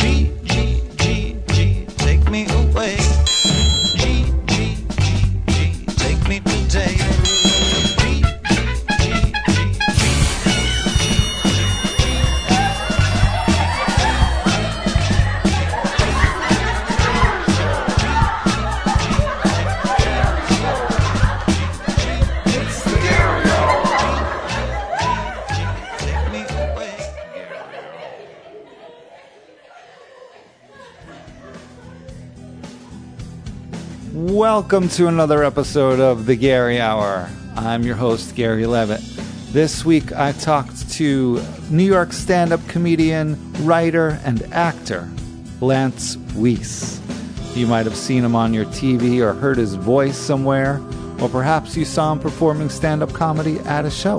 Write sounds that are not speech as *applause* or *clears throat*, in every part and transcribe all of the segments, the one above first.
G, G, G, G, take me away. G, G, G, G, take me today. G, G, G, G, G. Take me away. Welcome to another episode of The Gary Hour. I'm your host, Gary Levitt. This week I talked to New York stand up comedian, writer, and actor Lance Weiss. You might have seen him on your TV or heard his voice somewhere, or perhaps you saw him performing stand up comedy at a show.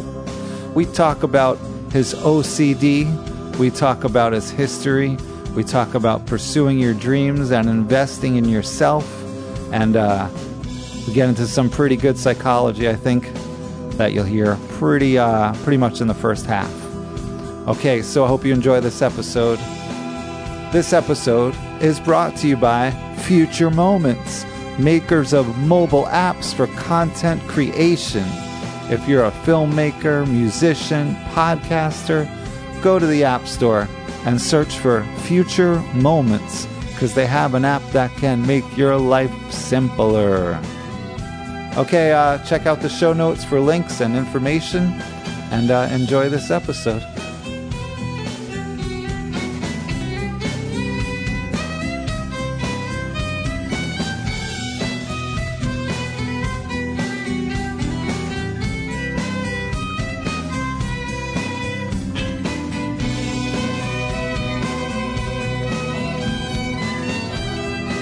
We talk about his OCD, we talk about his history, we talk about pursuing your dreams and investing in yourself and uh, we get into some pretty good psychology. I think that you'll hear pretty uh, pretty much in the first half. Okay, so I hope you enjoy this episode. This episode is brought to you by Future Moments, makers of mobile apps for content creation. If you're a filmmaker, musician, podcaster, go to the App Store and search for Future Moments because they have an app that can make your life simpler. Okay, uh, check out the show notes for links and information and uh, enjoy this episode.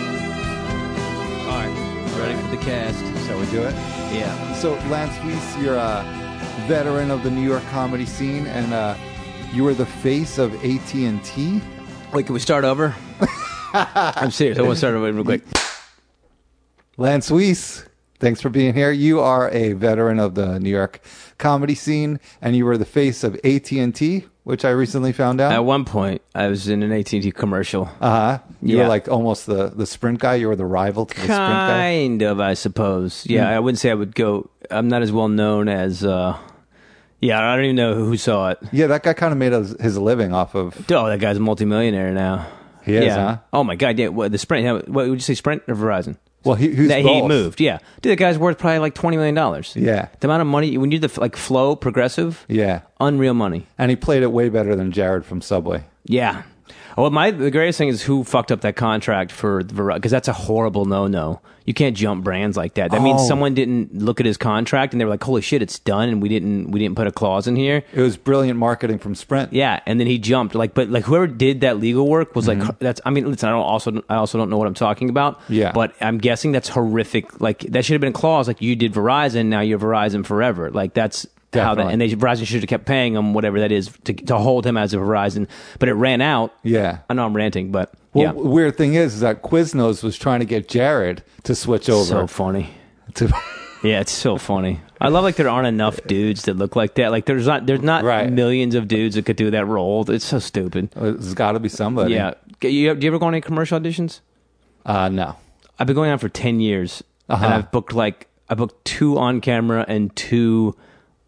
All right, ready for the cast? Shall we do it? Yeah. So, Lance Weiss, you're a veteran of the New York comedy scene, and uh, you were the face of AT and T. Wait, can we start over? I'm serious. I want to start over real quick. Lance Weiss, thanks for being here. You are a veteran of the New York comedy scene, and you were the face of AT and T, which I recently found At out. one point, I was in an AT&T commercial. Uh huh. You Yeah. were like almost the the Sprint guy. You were the rival to the Sprint guy. kind of, I suppose. Yeah, I wouldn't say I would go. I'm not as well known as. uh Yeah, I don't even know who saw it. Yeah, that guy kind of made his, his living off of. Oh, that guy's a multimillionaire now. He is, yeah. huh? Oh my God! Yeah, what, the Sprint. how- What would you say, Sprint or Verizon? Well, he who's that he both. moved. Yeah, dude, that guy's worth probably like twenty million dollars. Yeah. the amount of money when you're the like flow progressive, Yeah, unreal money. and he played it way better than Jared from Subway. Yeah. Well, my the greatest thing is who fucked up that contract for Verizon because that's a horrible no no. You can't jump brands like that. That Oh. means someone didn't look at his contract and they were like, "Holy shit, it's done," and we didn't we didn't put a clause in here. It was brilliant marketing from Sprint. Yeah, and then he jumped like, but like whoever did that legal work was Mm-hmm. like, that's. I mean, listen, I don't also I also don't know what I'm talking about. Yeah. but I'm guessing that's horrific. Like that should have been a clause. Like you did Verizon, now you're Verizon forever. Like that's. How Definitely. that, and they Verizon should have kept paying him whatever that is to, to hold him as a Verizon, but it ran out. Yeah. I know I'm ranting, but Well, yeah, w- weird thing is, is that Quiznos was trying to get Jared to switch over. so funny. to, *laughs* Yeah, it's so funny. I love like there aren't enough dudes that look like that. Like there's not there's not Right. millions of dudes that could do that role. It's so stupid. it's got to be somebody. Yeah, G- you, do you ever go on any commercial auditions? Uh, no. I've been going on for ten years, Uh-huh. and I've booked like I booked two on camera and two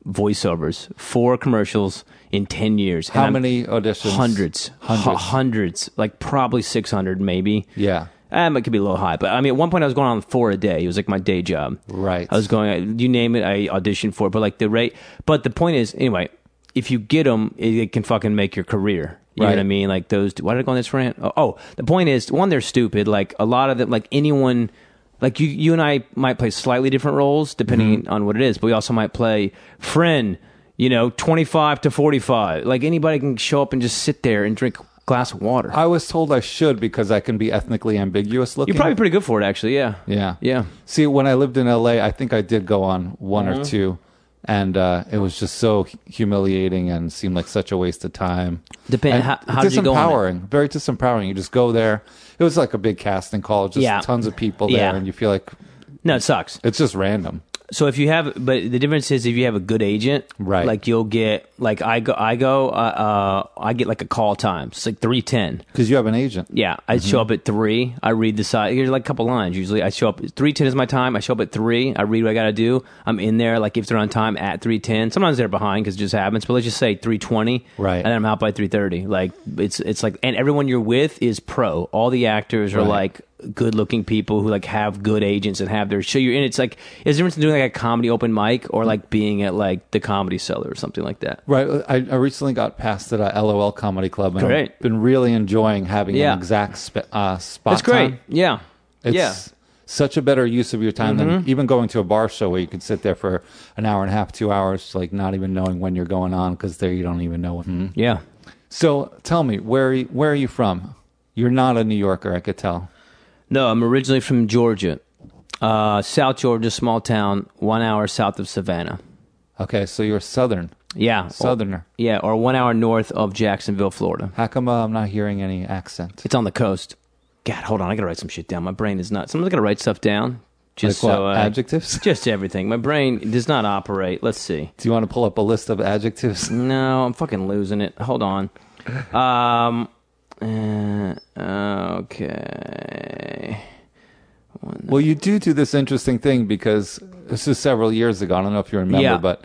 voiceovers, four commercials in ten years. And How I'm- many auditions? Hundreds, Hundreds. Hu- hundreds, like probably six hundred, maybe. Yeah. Um, it could be a little high, but I mean, at one point I was going on four a day. It was like my day job. Right. I was going, uh, you name it, I auditioned for it. But like the rate, but the point is, anyway, if you get them, it, it can fucking make your career. You know Right. what I mean? Like those. Why did I go on this rant? Oh, oh, the point is, one, they're stupid. Like a lot of them, like anyone, like you, you and I might play slightly different roles depending Mm-hmm. on what it is, but we also might play friend. You know, twenty five to forty five. Like anybody can show up and just sit there and drink glass of water. I was told I should because I can be ethnically ambiguous looking. You're probably pretty good for it, actually. Yeah. Yeah. Yeah. Mm-hmm. See, when I lived in LA, I think I did go on one or two, and uh, it was just so hu- humiliating and seemed like such a waste of time. Depend- And how- how did you go on it? disempowering, very disempowering. You just go there. It was like a big casting call, just Yeah. tons of people there, Yeah. and you feel like No, it sucks. it's just random. So if you have, but the difference is if you have a good agent, Right. Like you'll get, like I go, I go, uh, uh I get like a call time. It's like three ten. Because you have an agent. Yeah, I show Mm-hmm. up at three. I read the side. Here's like a couple lines. Usually, I show up three ten is my time. I show up at three. I read what I got to do. I'm in there. Like if they're on time at three ten. Sometimes they're behind because it just happens. But let's just say three twenty. Right. And then I'm out by three thirty. Like it's it's like and everyone you're with is pro. All the actors are Right. like good looking people who like have good agents and have their show. You're in. It's like it's different than doing like a comedy open mic Mm. or like being at like the comedy cellar or something like that. Right. uh, I, I recently got past at uh, LOL Comedy Club, and Great. I've been really enjoying having Yeah. an exact sp- uh, spot. That's great. time. Yeah. It's yeah. such a better use of your time than even going to a bar show where you could sit there for an hour and a half, two hours, like not even knowing when you're going on because there you don't even know. when Yeah. So tell me, where are you, where are you from? You're not a New Yorker, I could tell. No, I'm originally from Georgia, uh, South Georgia, small town, one hour south of Savannah. Okay, so you're Southern, Yeah, Southerner. Or, yeah, or one hour north of Jacksonville, Florida. How come uh, I'm not hearing any accent? It's on the coast. God, hold on, I gotta write some shit down. My brain is nuts. Someone's gotta write stuff down. Just Like what, so uh, adjectives? *laughs* Just everything. My brain does not operate. Let's see. Do you want to pull up a list of adjectives? No, I'm fucking losing it. Hold on. Um. uh, okay. Well, you do do this interesting thing because this is several years ago. I don't know if you remember, Yeah. but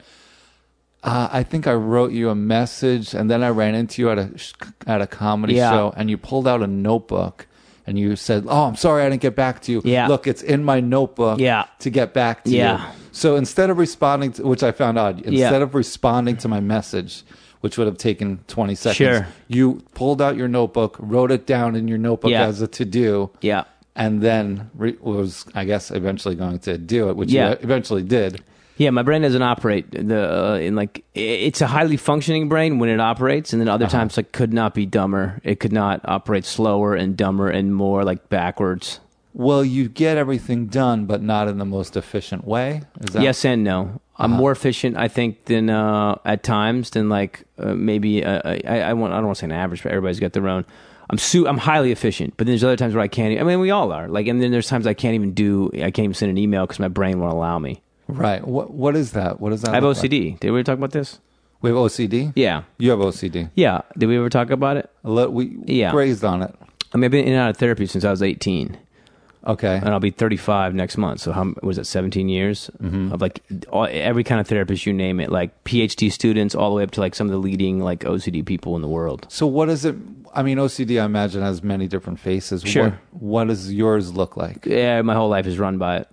uh, I think I wrote you a message, and then I ran into you at a sh- at a comedy Yeah. show, and you pulled out a notebook. And you said, "Oh, I'm sorry, I didn't get back to you. Yeah. Look, it's in my notebook. Yeah. to get back to Yeah. you. So instead of responding, to, which I found odd, instead of responding to my message, which would have taken 20 seconds, Sure. you pulled out your notebook, wrote it down in your notebook Yeah. as a to do, Yeah. and then re- was I guess eventually going to do it, which Yeah. you eventually did. Yeah, my brain doesn't operate the uh, in like i- it's a highly functioning brain when it operates, and then other times like could not be dumber. It could not operate slower and dumber and more like backwards. Well, you get everything done, but not in the most efficient way. Is that Yes and no. I'm more efficient, I think, than uh, at times than like uh, maybe uh, I, I I want. I don't want to say an average, but everybody's got their own. I'm su- I'm highly efficient, but there's other times where I can't. e, I mean, we all are. Like, and then there's times I can't even do. I can't even send an email because my brain won't allow me. right? What What is that? What is that? I have look Like? OCD. Did we talk about this? We have OCD. Yeah, you have OCD. yeah. Did we ever talk about it? Let, we Yeah. grazed on it. I mean, I've been in and out of therapy since I was 18, Okay, and I'll be 35 next month. So, how was it 17 years of like all, every kind of therapist you name it, like PhD students, all the way up to like some of the leading like OCD people in the world. so what is it? I mean, OCD, I imagine, has many different faces. Sure. What, what does yours look like? Yeah, my whole life is run by it.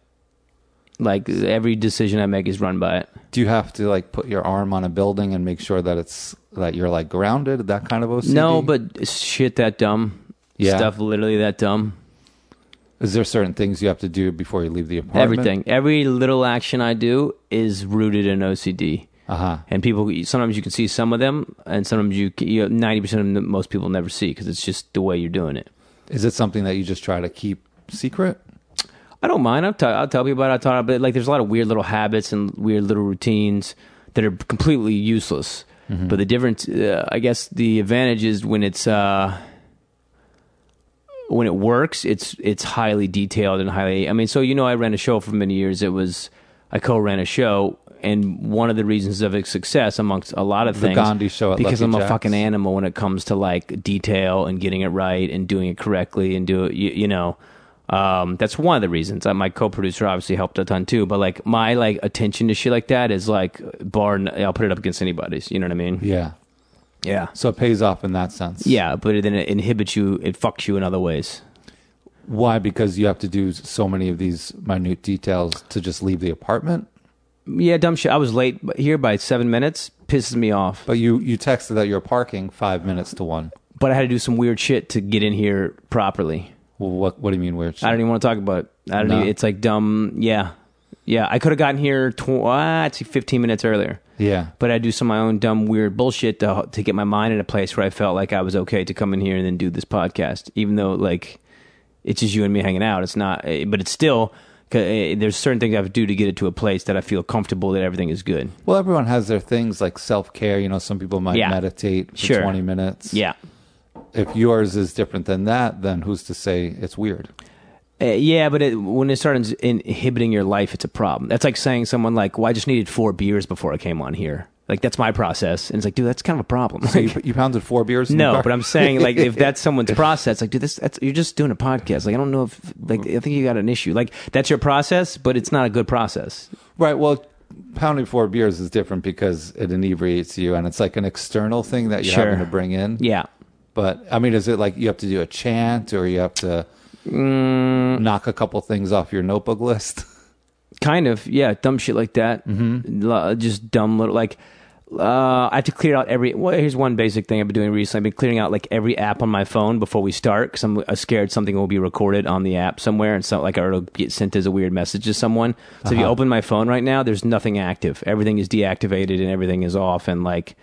Like every decision I make is run by it. Do you have to like put your arm on a building and make sure that it's that you're like grounded? That kind of OCD. No, but shit that dumb. Yeah. Stuff literally that dumb. is there certain things you have to do before you leave the apartment? Everything. Every little action I do is rooted in OCD. Uh huh. and people sometimes you can see some of them and sometimes you can- you know, 90% of them most people never see because it's just the way you're doing it Is it something that you just try to keep secret? i don't mind I'll, t- I'll tell people about it i'll talk about it like there's a lot of weird little habits and weird little routines that are completely useless Mm-hmm. but the difference uh, i guess the advantage is when it's uh, when it works, it's it's highly detailed and highly. I mean, so you know, I ran a show for many years. It was I co-ran a show, and one of the reasons of its success amongst a lot of things, Gandhi show at because Lucky I'm a Jack's. fucking animal when it comes to like detail and getting it right and doing it correctly and do it. You, you know, um, that's one of the reasons. Uh, my co-producer obviously helped a ton too, but like my like attention to shit like that is like bar. n- I'll put it up against anybody's. You know what I mean? Yeah. Yeah. So it pays off in that sense. Yeah, but then it inhibits you. It fucks you in other ways. Why? Because you have to do so many of these minute details to just leave the apartment. Yeah, dumb shit. I was late b- here by seven minutes. Pisses me off. But you you texted that you're parking five minutes to one. But I had to do some weird shit to get in here properly. Well, what what do you mean weird? I don't even want to talk about it. I don't No. even- it's like dumb. Yeah. Yeah. I could have gotten here tw- ah, I'd say 15 minutes earlier. Yeah. But I do some of my own dumb, weird bullshit to to get my mind in a place where I felt like I was okay to come in here and then do this podcast, even though like it's just you and me hanging out. It's not, eh, but it's still. 'cause, eh, There's certain things I have to do to get it to a place that I feel comfortable that everything is good. Well, everyone has their things like self care. You know, some people might Yeah. meditate for Sure. 20 minutes. Yeah. If yours is different than that, then who's to say it's weird? Uh, yeah, but it, when it starts inhibiting your life, it's a problem. That's like saying someone like, "Well, I just needed four beers before I came on here." Like that's my process, and it's like, dude, that's kind of a problem. So you, Like, you pounded four beers? in the *laughs* no, car? but I'm saying like if that's someone's process, like, dude, this that's, you're just doing a podcast. Like I don't know if like I think you got an issue. Like that's your process, but it's not a good process. Right. Well, pounding four beers is different because it inebriates you and it's like an external thing that you're Sure. having to bring in. Yeah, But I mean, is it like you have to do a chant or you have to Mm. knock a couple things off your notebook list? *laughs* kind of. Yeah, dumb shit like that. Mm-hmm. just dumb little like. Uh, I have to clear out every. Well, here's one basic thing I've been doing recently. I've been clearing out like every app on my phone before we start because I'm uh, scared something will be recorded on the app somewhere, and so like or it'll get sent as a weird message to someone. So if you open my phone right now, there's nothing active. Everything is deactivated and everything is off, and like,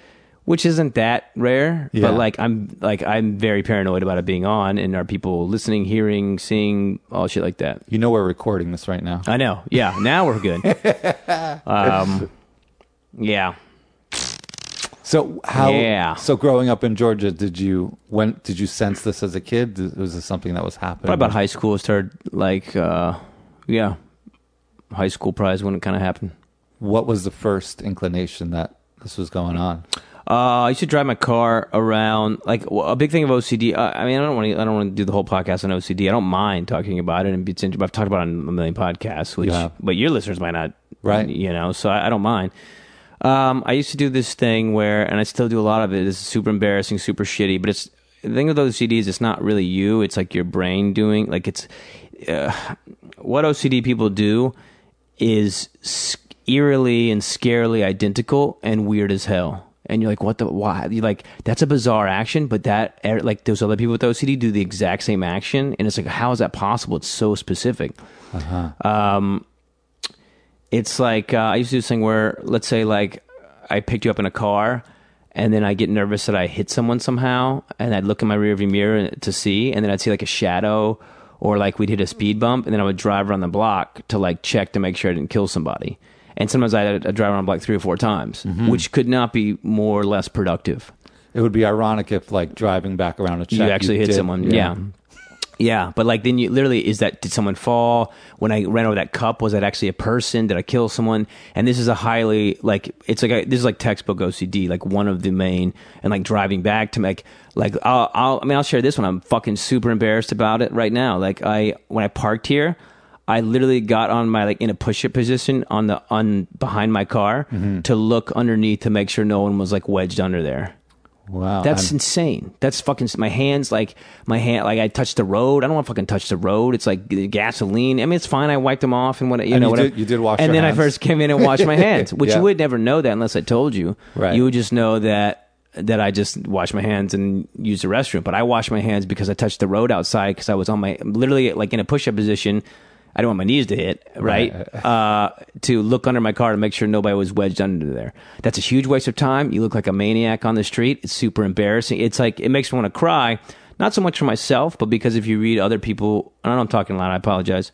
which isn't that rare. Yeah. But like, I'm like I'm very paranoid about it being on, and are people listening, hearing, seeing, all shit like that. You know, we're recording this right now. I know. Yeah. Now *laughs* we're good. um, yeah. So how? Yeah. So growing up in Georgia, did you when did you sense this as a kid? Did- Was this something that was happening? Probably about high school started like, uh, yeah, high school prize when it kind of happened. What was the first inclination that this was going on? Uh, I used to drive my car around. Like w- a big thing of OCD. Uh, I mean, I don't want to. I don't want to do the whole podcast on OCD. I don't mind talking about it, and it's inter- I've talked about it on a million podcasts. Which, You have. but your listeners might not, Right. You know, so I, I don't mind. Um, I used to do this thing where, and I still do a lot of it. It's super embarrassing, super shitty. But it's the thing with OCD is it's not really you. It's like your brain doing. Like it's uh, what OCD people do is s- eerily and scarily identical and weird as hell. And you're like, what the why? You're like, that's a bizarre action, but that er, like those other people with OCD do the exact same action, and it's like, how is that possible? It's so specific. Um, it's like uh, I used to do this thing where, let's say, like I picked you up in a car, and then I get nervous that I hit someone somehow, and I'd look in my rearview mirror to see, and then I'd see like a shadow, or like we'd hit a speed bump, and then I would drive around the block to like check to make sure I didn't kill somebody. And sometimes I'd, I'd drive around the block three or four times, which could not be more or less productive. It would be ironic if, like, driving back around a check, you actually hit did- someone. Yeah. yeah. but like then you literally is that did someone fall? When I ran over that cup, was that actually a person? Did I kill someone? And this is a highly like it's like a, this is like textbook OCD, like one of the main and like driving back to like like I'll, I'll I mean I'll share this one. I'm fucking super embarrassed about it right now. Like I when I parked here, I literally got on my like in a push-up position on the on behind my car to look underneath to make sure no one was like wedged under there. Wow. That's I'm- insane. That's fucking my hands like my hand like I touched the road. I don't want to fucking touch the road. It's like g- gasoline. I mean, it's fine. I wiped them off and what you And know. you whatever. did- you did wash And your then hands. I first came in and washed *laughs* my hands, which Yeah. you would never know that unless I told you. Right. You would just know that that I just washed my hands and used the restroom. But I washed my hands because I touched the road outside because I was on my literally like in a push-up position. I don't want my knees to hit, right? Uh, to look under my car to make sure nobody was wedged under there. That's a huge waste of time. You look like a maniac on the street. It's super embarrassing. It's like, it makes me want to cry, not so much for myself, but because if you read other people, I don't know I'm talking loud, I apologize.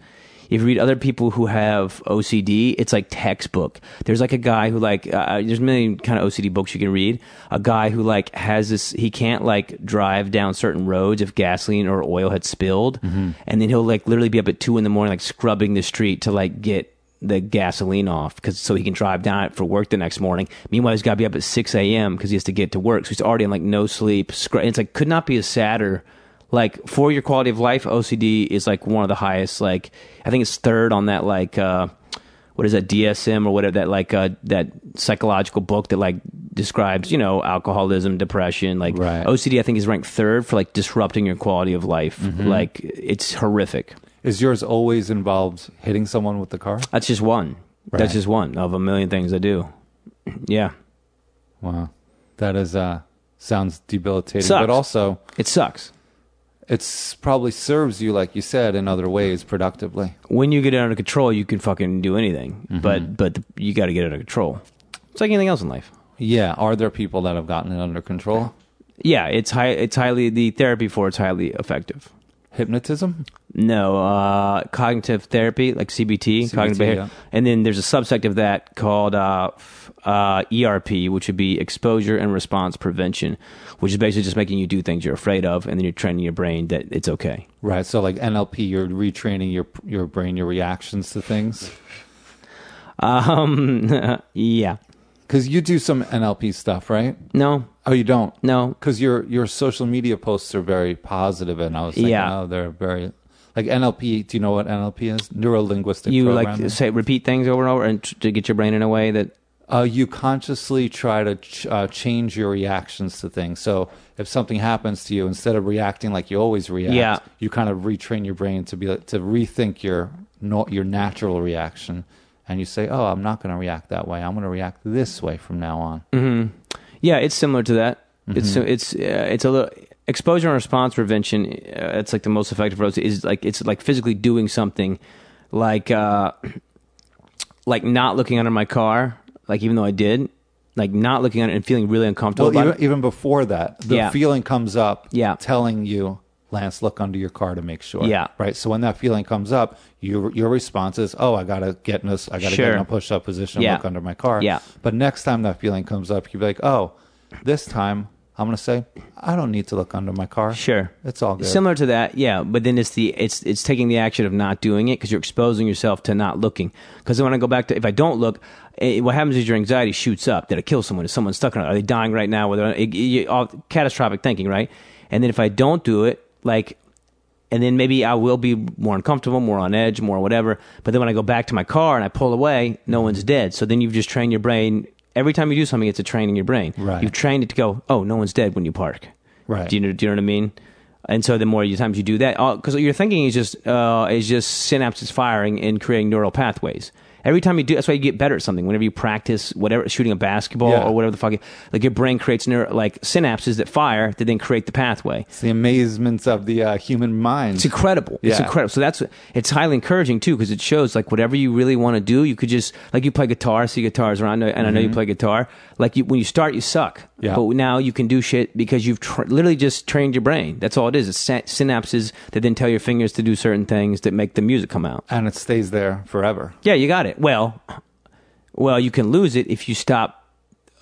If you read other people who have OCD, it's like textbook. There's like a guy who like uh, there's many kind of OCD books you can read. A guy who like has this he can't like drive down certain roads if gasoline or oil had spilled, and then he'll like literally be up at two in the morning like scrubbing the street to like get the gasoline off because so he can drive down it for work the next morning. Meanwhile, he's got to be up at six a.m. because he has to get to work, so he's already in like no sleep. Scr- it's like could not be a sadder like for your quality of life ocd is like one of the highest like i think it's third on that like uh what is that dsm or whatever that like uh that psychological book that like describes you know alcoholism depression like Right. ocd i think is ranked third for like disrupting your quality of life like it's horrific is yours always involved hitting someone with the car? that's just one Right. that's just one of a million things i do *clears throat* yeah Wow. That is uh sounds debilitating, Sucks. but also it sucks it's probably serves you like you said in other ways productively. when you get it under control you can fucking do anything but but you got to get it under control It's like anything else in life. Yeah. Are there people that have gotten it under control? Yeah, it's high. It's highly the therapy for it's highly effective. Hypnotism? No, uh, cognitive therapy like CBT, CBT, cognitive behavior, yeah. and then there's a subsect of that called uh, f- uh, ERP, which would be exposure and response prevention, which is basically just making you do things you're afraid of, and then you're training your brain that it's okay. Right. So like NLP, you're retraining your your brain, your reactions to things. Um, yeah, Because you do some NLP stuff, right? no, Oh, you don't. no, Because your your social media posts are very positive, and I was thinking, Yeah. oh, they're very like NLP. Do you know what NLP is? Neuro linguistic. you programming. like say repeat things over and over and tr- to get your brain in a way that Uh, you consciously try to ch- uh, change your reactions to things. So if something happens to you, instead of reacting like you always react, Yeah. you kind of retrain your brain to be to rethink your not your natural reaction, and you say, "Oh, I'm not going to react that way. I'm going to react this way from now on." Yeah, it's similar to that. It's it's uh, it's a little exposure and response prevention. Uh, it's like the most effective approach is like it's like physically doing something, like uh, like not looking under my car, like even though I did, like not looking under and feeling really uncomfortable. Well, about even, it. even before that, the Yeah. feeling comes up, Yeah. telling you, Lance, look under your car to make sure, Yeah. right. So when that feeling comes up, your your response is, oh, I gotta get in this, I gotta get Sure. in a push up position, Yeah. look under my car, Yeah. But next time that feeling comes up, you'd be like, oh, this time I'm gonna say, I don't need to look under my car, Sure, it's all good. Similar to that, yeah. But then it's the it's it's taking the action of not doing it because you're exposing yourself to not looking. Because when I go back to if I don't look, eh, what happens is your anxiety shoots up. Did I kill someone? Is someone stuck on it? Are they dying right now? Whether it, it- all catastrophic thinking, right? And then if I don't do it, like and then maybe I will be more uncomfortable, more on edge, more whatever. But then when I go back to my car and I pull away, no one's dead. So then you've just trained your brain. Every time you do something, it's a train in your brain. Right. You've trained it to go, oh, no one's dead when you park. Right. Do you know? Do you know what I mean? And so the more you times you do that, because your thinking is just uh, is just synapses firing and creating neural pathways. Every time you do, that's why you get better at something. Whenever you practice whatever shooting a basketball Yeah. or whatever the fuck, it- like your brain creates neuro, like synapses that fire that then create the pathway. It's the amazements of the uh, human mind. It's incredible. It's Yeah. incredible. So that's it's highly encouraging too because it shows like whatever you really want to do, you could just like you play guitar, see guitars around, and I know you play guitar. Like you, when you start, you suck. Mm-hmm. Yeah. But now you can do shit because you've tr literally just trained your brain. That's all it is. It's sy- synapses that then tell your fingers to do certain things that make the music come out. and it stays there forever. Yeah, you got it. Well, well, you can lose it if you stop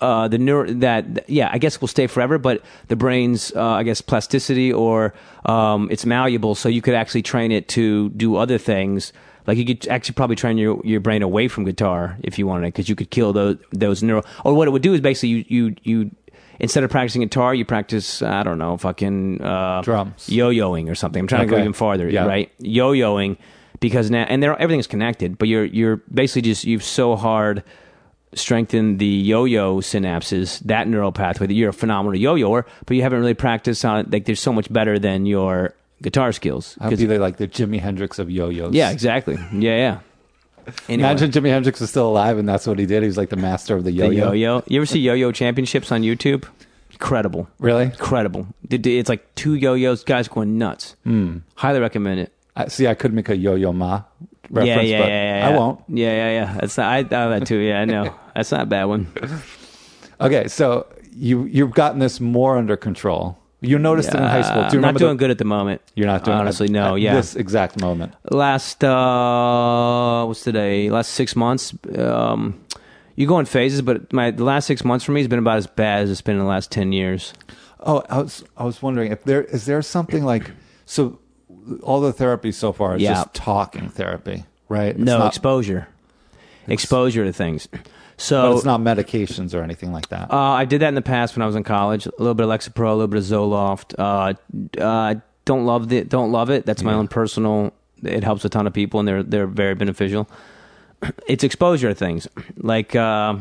uh, the neuro that yeah, I guess it will stay forever, but the brain's uh, I guess plasticity or um, it's malleable, so you could actually train it to do other things. Like you could actually probably train your, your brain away from guitar if you wanted, because you could kill those those neural. Or what it would do is basically you you you instead of practicing guitar, you practice I don't know fucking uh, Drums. yo-yoing or something. I'm trying to go Okay. even farther, Yeah. right? yo-yoing because now and they're, everything's connected but you're you're basically just you've so hard strengthened the yo-yo synapses that neural pathway that you're a phenomenal yo-yoer but you haven't really practiced on it like there's so much better than your guitar skills I'd 'Cause- be the- like the Jimi Hendrix of yo-yos. yeah exactly yeah yeah Anyway, Imagine Jimi Hendrix was still alive and that's what he did. He was like the master of the the yo-yo. yo-yo you ever see yo-yo championships on youtube incredible Really? incredible It- it's like two yo-yos guys going nuts Hmm. highly recommend it I, see, I could make a yo-yo ma reference, but I won't. Yeah, yeah, yeah. That's not, I thought that too. Yeah, I know. *laughs* That's not a bad one. Okay, so you you've gotten this more under control. You noticed it in high school. Uh, Do you I'm not remember? doing the, good at the moment. You're not doing honestly. at- no, at yeah. This exact moment. last uh, what's today? Last six months. Um, you go in phases, but my the last six months for me has been about as bad as it's been in the last ten years. Oh, I was I was wondering if there is there something like so. All the therapy so far is Yeah. just talking therapy, right? It's no not, exposure, exposure to things. So but Oh. it's not medications or anything like that. Uh, I did that in the past when I was in college. A little bit of Lexapro, a little bit of Zoloft. Uh, uh, don't love it. Don't love it. That's my own personal. It helps a ton of people, and they're they're very beneficial. *clears throat* It's exposure to things like. Uh,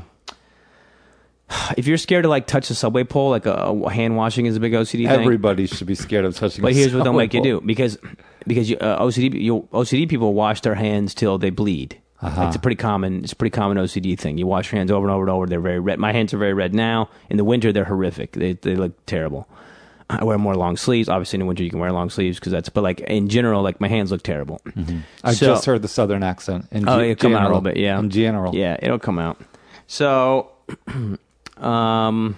if you're scared to like touch the subway pole, like uh, hand washing is a big OCD thing. Everybody should be scared of touching. a But here's what they'll solid make you ball. do because because you, uh, OCD you, OCD people wash their hands till they bleed. It's a pretty common it's a pretty common OCD thing. You wash your hands over and over and over. They're very red. My hands are very red now. In the winter, they're horrific. They they look terrible. I wear more long sleeves. Obviously, in the winter you can wear long sleeves because that's. But like in general, like my hands look terrible. I So- just heard the southern accent. In Oh, ge- it'll come out a general. little bit. Yeah, in general. Yeah, it'll come out. So *clears throat* um,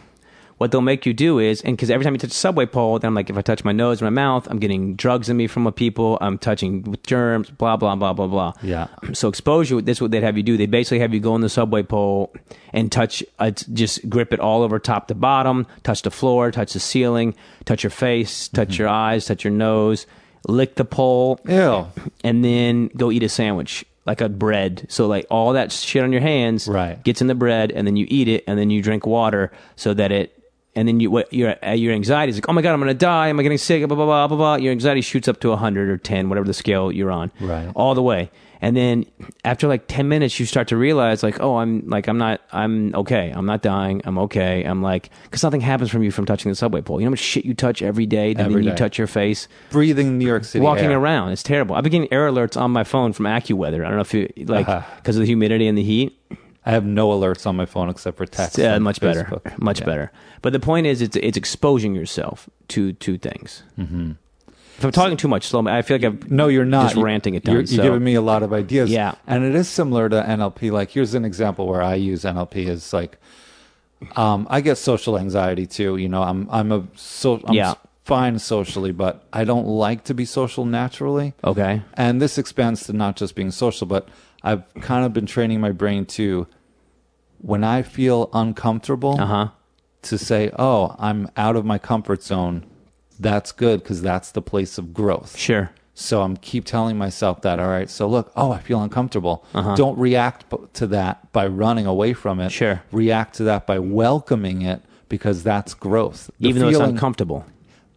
what they'll make you do is, and because every time you touch a subway pole, then I'm like, if I touch my nose and my mouth, I'm getting drugs in me from people. I'm touching germs, blah blah blah blah blah. Yeah. *clears throat* So exposure, that's what they'd have you do. They basically have you go on the subway pole and touch, uh, t- just grip it all over top to bottom, touch the floor, touch the ceiling, touch your face, touch Mm-hmm. your eyes, touch your nose, lick the pole Ew. and then go eat a sandwich like a bread so like all that shit on your hands Right. gets in the bread and then you eat it and then you drink water so that it and then you what your uh, your anxiety is like oh my god i'm gonna die am i getting sick blah blah blah blah blah your anxiety shoots up to 100 or 10 whatever the scale you're on Right. all the way and then after like 10 minutes you start to realize like oh i'm like i'm not i'm okay i'm not dying i'm okay i'm like because nothing happens from you from touching the subway pole you know how much shit you touch every day and Every then you day. touch your face Breathing New York City. walking air. around. It's terrible. I've been getting air alerts on my phone from AccuWeather. I don't know if you like because Uh-huh. of the humidity and the heat. I have no alerts on my phone except for text. Yeah, and much better, Facebook. much better. But the point is, it's it's exposing yourself to to things. Mm-hmm. If I'm talking too much, slow me. I feel like I've No, you're not. just ranting it down. You're, you're so- giving me a lot of ideas. Yeah. and it is similar to NLP. Like, here's an example where I use NLP is like, um, I get social anxiety too. You know, I'm I'm a so I'm Yeah. s- fine socially, but I don't like to be social naturally. okay. And this expands to not just being social, but I've kind of been training my brain to when I feel uncomfortable Uh huh. to say, "Oh, I'm out of my comfort zone." That's good because that's the place of growth. Sure. So I'm keep telling myself that. All right. So look, oh, I feel uncomfortable. Uh-huh. Don't react b- to that by running away from it. Sure. React to that by welcoming it because that's growth. The Even though it's feeling- uncomfortable.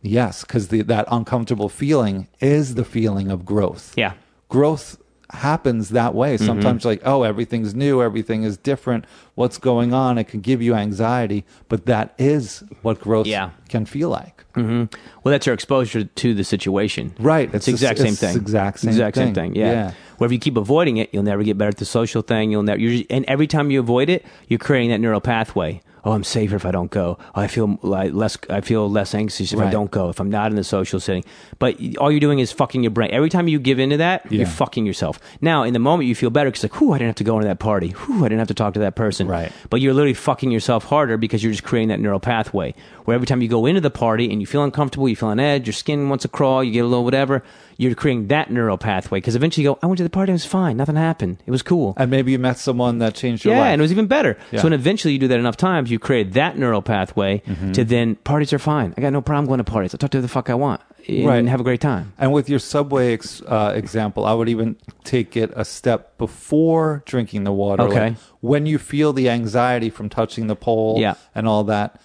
Yes, because that uncomfortable feeling is the feeling of growth. Yeah. Growth happens that way. Mm-hmm. Sometimes, like, oh, everything's new, everything is different. What's going on? It can give you anxiety, but that is what growth Yeah. can feel like. Mm-hmm. Well, that's your exposure to the situation. Right. It's, It's the the exact s- same it's the thing. exact same exact same thing. thing. Yeah. Yeah. Where if you keep avoiding it, you'll never get better at the social thing. You'll never. You're, and every time you avoid it, you're creating that neural pathway. Oh, I'm safer if I don't go. Oh, I feel like less. I feel less anxious if I Right. don't go. If I'm not in the social setting, but y- all you're doing is fucking your brain. Every time you give into that, Yeah. you're fucking yourself. Now, in the moment, you feel better because like, whoo, I didn't have to go into that party. Whoo, I didn't have to talk to that person. Right. But you're literally fucking yourself harder because you're just creating that neural pathway where every time you go into the party and you feel uncomfortable, you feel on edge, your skin wants to crawl, you get a little whatever, you're creating that neural pathway because eventually you go, I went to the party, it was fine, nothing happened, it was cool. And maybe you met someone that changed your yeah, life. and it was even better. Yeah. So, and eventually you do that enough times, you create that neural pathway Mm-hmm. to then parties are fine. I got no problem going to parties. I'll talk to who the fuck I want and Right. have a great time. And with your subway ex, uh, example, I would even take it a step before drinking the water. Okay. Like, when you feel the anxiety from touching the pole Yeah. and all that,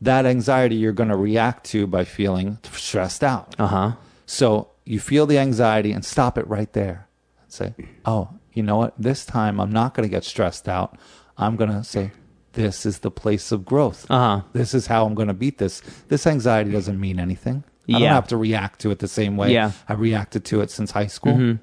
that anxiety you're going to react to by feeling stressed out. Uh huh. So you feel the anxiety and stop it right there and say, oh, you know what? This time I'm not going to get stressed out. I'm going to say, this is the place of growth. Uh-huh. This is how I'm going to beat this. This anxiety doesn't mean anything. I don't Yeah. have to react to it the same way Yeah. Mm-hmm. I reacted to it since high school.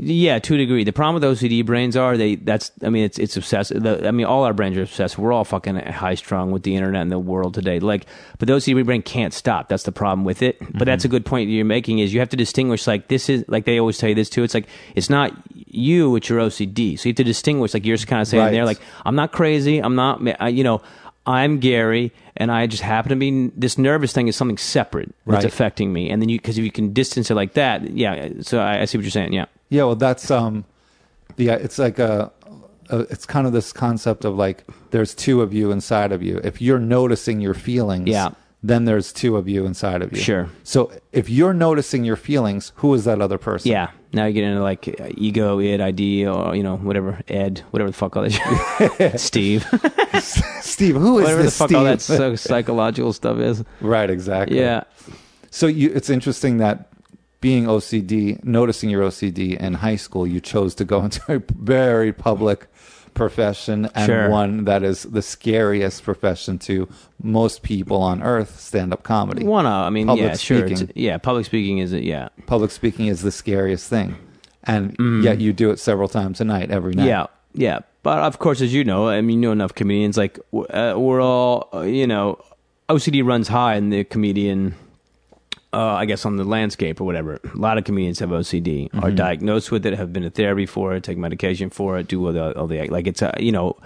Yeah, to a degree. The problem with OCD brains are they. That's. I mean, it's it's obsessive. The, I mean, all our brains are obsessed. We're all fucking high strung with the internet and the world today. Like, but the OCD brain can't stop. That's the problem with it. But that's Mm-hmm. a good point you're making. Is you have to distinguish. Like this is like they always tell you this too. It's like it's not you. It's your OCD. So you have to distinguish. Like you're just kind of saying Right. there. Like I'm not crazy. I'm not. I, you know. I'm Gary, and I just happen to be. This nervous thing is something separate Right. that's affecting me, and then you because if you can distance it like that, yeah. So I, I see what you're saying. Yeah. Yeah, well, that's um, yeah, it's like a, a, it's kind of this concept of like there's two of you inside of you. If you're noticing your feelings, Yeah. then there's two of you inside of you. Sure. So if you're noticing your feelings, who is that other person? Yeah. Now you get into like uh, ego, id, ID, or you know whatever, Ed, whatever the fuck all that, *laughs* shit. Steve, *laughs* Steve. Who is whatever the this? fuck all that Steve? so psychological stuff is. *laughs* right. Exactly. Yeah. So you, it's interesting that being OCD, noticing your OCD in high school, you chose to go *laughs* into a very public profession and Sure. one that is the scariest profession to most people on earth, stand-up comedy. One, uh, I mean, Public yeah, sure. it's- speaking. yeah, public speaking is it. Yeah. Public speaking is the scariest thing. And yet you do it several times a night every night. Mm. Yeah, yeah. But of course, as you know, I mean, you know enough comedians. Like w- uh, we're all, uh, you know, OCD runs high in the comedian. Uh, I guess on the landscape or whatever. A lot of comedians have OCD, Mm-hmm. are diagnosed with it, have been to therapy for it, take medication for it, do all the, all the like. It's a, you know,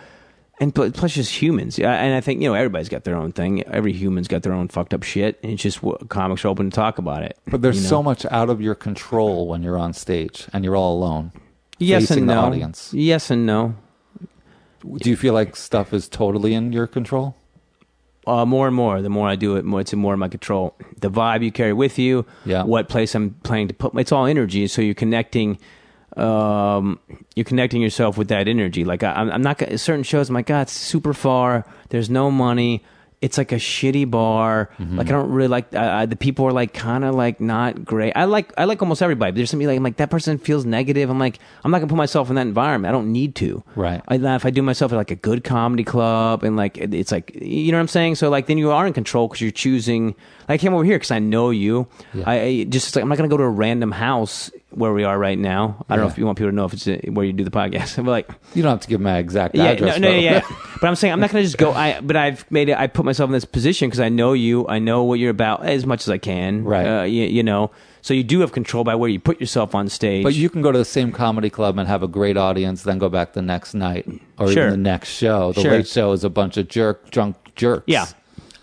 and pl- plus just humans. Yeah, And I think you know everybody's got their own thing. Every human's got their own fucked up shit, and it's just what comics are open to talk about it. But there's you know? so much out of your control when you're on stage and you're all alone. yes facing and the no. audience. Yes and no. Do you feel like stuff is totally in your control? Uh, more and more, the more I do it, more it's more in my control. The vibe you carry with you, Yeah. what place I'm playing to put, it's all energy. So you're connecting, um, you're connecting yourself with that energy. Like I, I'm, I'm not gonna- certain shows. My God, it's super far. There's no money. It's like a shitty bar. Mm-hmm. Like I don't really like I, I, the people are like kind of like not great. I like I like almost everybody. But there's somebody like I'm like that person feels negative. I'm like I'm not gonna put myself in that environment. I don't need to. Right. I, now if I do myself at like a good comedy club and like it- it's like you know what I'm saying. So like then you are in control because you're choosing. Like, I came over here because I know you. I, I just it's like I'm not gonna go to a random house where we are right now. I don't know Yeah. if you want people to know if it's uh, where you do the podcast. *laughs* but like You don't have to give my exact yeah, address. no, no, though. yeah, *laughs* yeah. But I'm saying I'm not gonna just go. I but I've made it. I put myself in this position because I know you. I know what you're about as much as I can. Right. Uh, you, you know. So you do have control by where you put yourself on *laughs* stage. But you can go to the same comedy club and have a great audience, then go back the next night or Sure. even the next show. The Sure. late show is a bunch of jerk, drunk jerks. Yeah.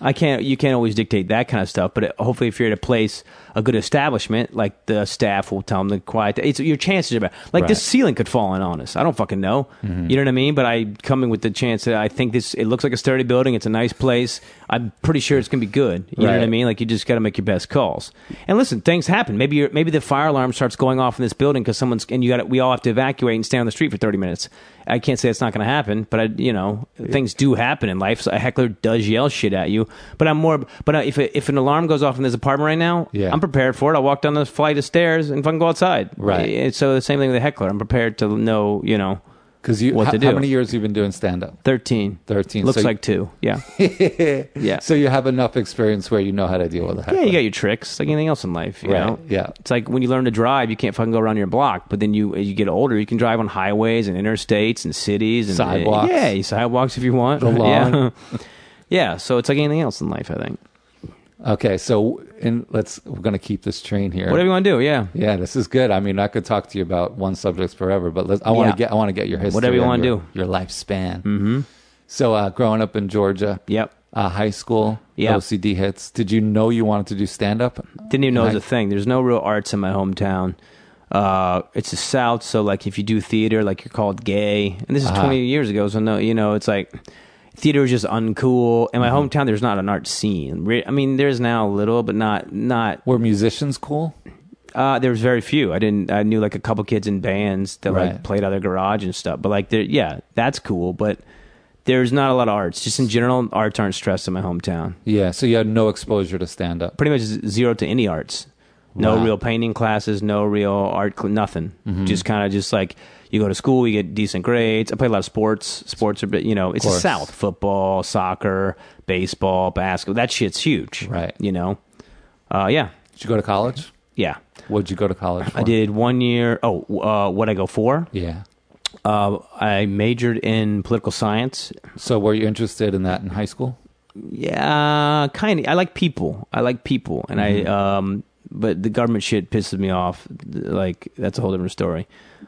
I can't. You can't always dictate that kind of stuff, but it, hopefully, if you're at a place, a good establishment, like the staff will tell them to quiet. It's your chances are better. Like Right. Mm-hmm. this ceiling could fall in on us. I don't fucking know. You know what I mean? But I coming with the chance that I think this. It looks like a sturdy building. It's a nice place. I'm pretty sure it's gonna be good. You know what I Right. mean? Like you just got to make your best calls. And listen, things happen. Maybe you're, maybe the fire alarm starts going off in this building because someone's and you got to we all have to evacuate and stay on the street for 30 minutes. I can't say it's not going to happen, but I you know things do happen in life. So a heckler does yell shit at you. But I'm more. But I- if a, if an alarm goes off in this apartment right now, Yeah. I'm prepared for it. I'll walk down the flight of stairs and fucking go outside. Right. It's so the same thing with a heckler. I'm prepared to know you know Because you, What how, to do. how many years you been doing stand *laughs* up? 13. 13. looks So you- like two. *laughs* Yeah. yeah. So you have enough experience where you know how to deal with a heckler. Yeah, you got your tricks, like anything else in life. You Right, know? yeah. It's like when you learn to drive, you can't fucking go around your block. But then you, as you get older, you can drive on highways and interstates and cities and Sidewalks. Yeah, you sidewalks if you want. The lawn. *laughs* Yeah. yeah. So it's like anything else in life. I think *laughs* Okay, so in, let's we're gonna keep this train here. whatever you want to do. Yeah. Yeah, this is good. I mean, I could talk to you about one subject forever, but let's, I want to Yeah. get I want to get your history, Whatever you and wanna your- do. your lifespan. Mm-hmm. So, uh, growing up in Georgia, Yep. uh, high school, Yeah. OCD hits. Did you know you wanted to do stand up? Didn't even know it was Right. a thing. There's no real arts in my hometown. Uh, it's the South, so like if you do theater, like you're called gay, and this is 20 years ago. So no, you know, it's like theater was just uncool. In my hometown, there's not an art scene. Re- I mean, there's now a little, but not not. Were musicians cool? Uh, there was very few. I didn't. I knew like a couple kids in bands that Right. like played out of their garage and stuff. But like, there, yeah, that's cool. But there's not a lot of arts. Just in general, arts aren't stressed in my hometown Yeah, so you had no exposure to stand up. pretty much z- zero to any arts. No Wow. Mm-hmm. real painting classes, no real art, cl- nothing. Just kind of just like you go to school, you get decent grades. I play a lot of sports. Sports are, bit- you know, it's the course. South football, soccer, baseball, basketball. That shit's huge. Right. You know? Uh, yeah. Did you go to college? Yeah. What'd you go to college for? I did one year. Oh, uh, what I go for? Yeah. Uh, I majored in political science So, were you interested in that in high school? Yeah, kind of. I like people. I like people, and Mm-hmm. I um, but the government shit pisses me off. Like that's a whole different story.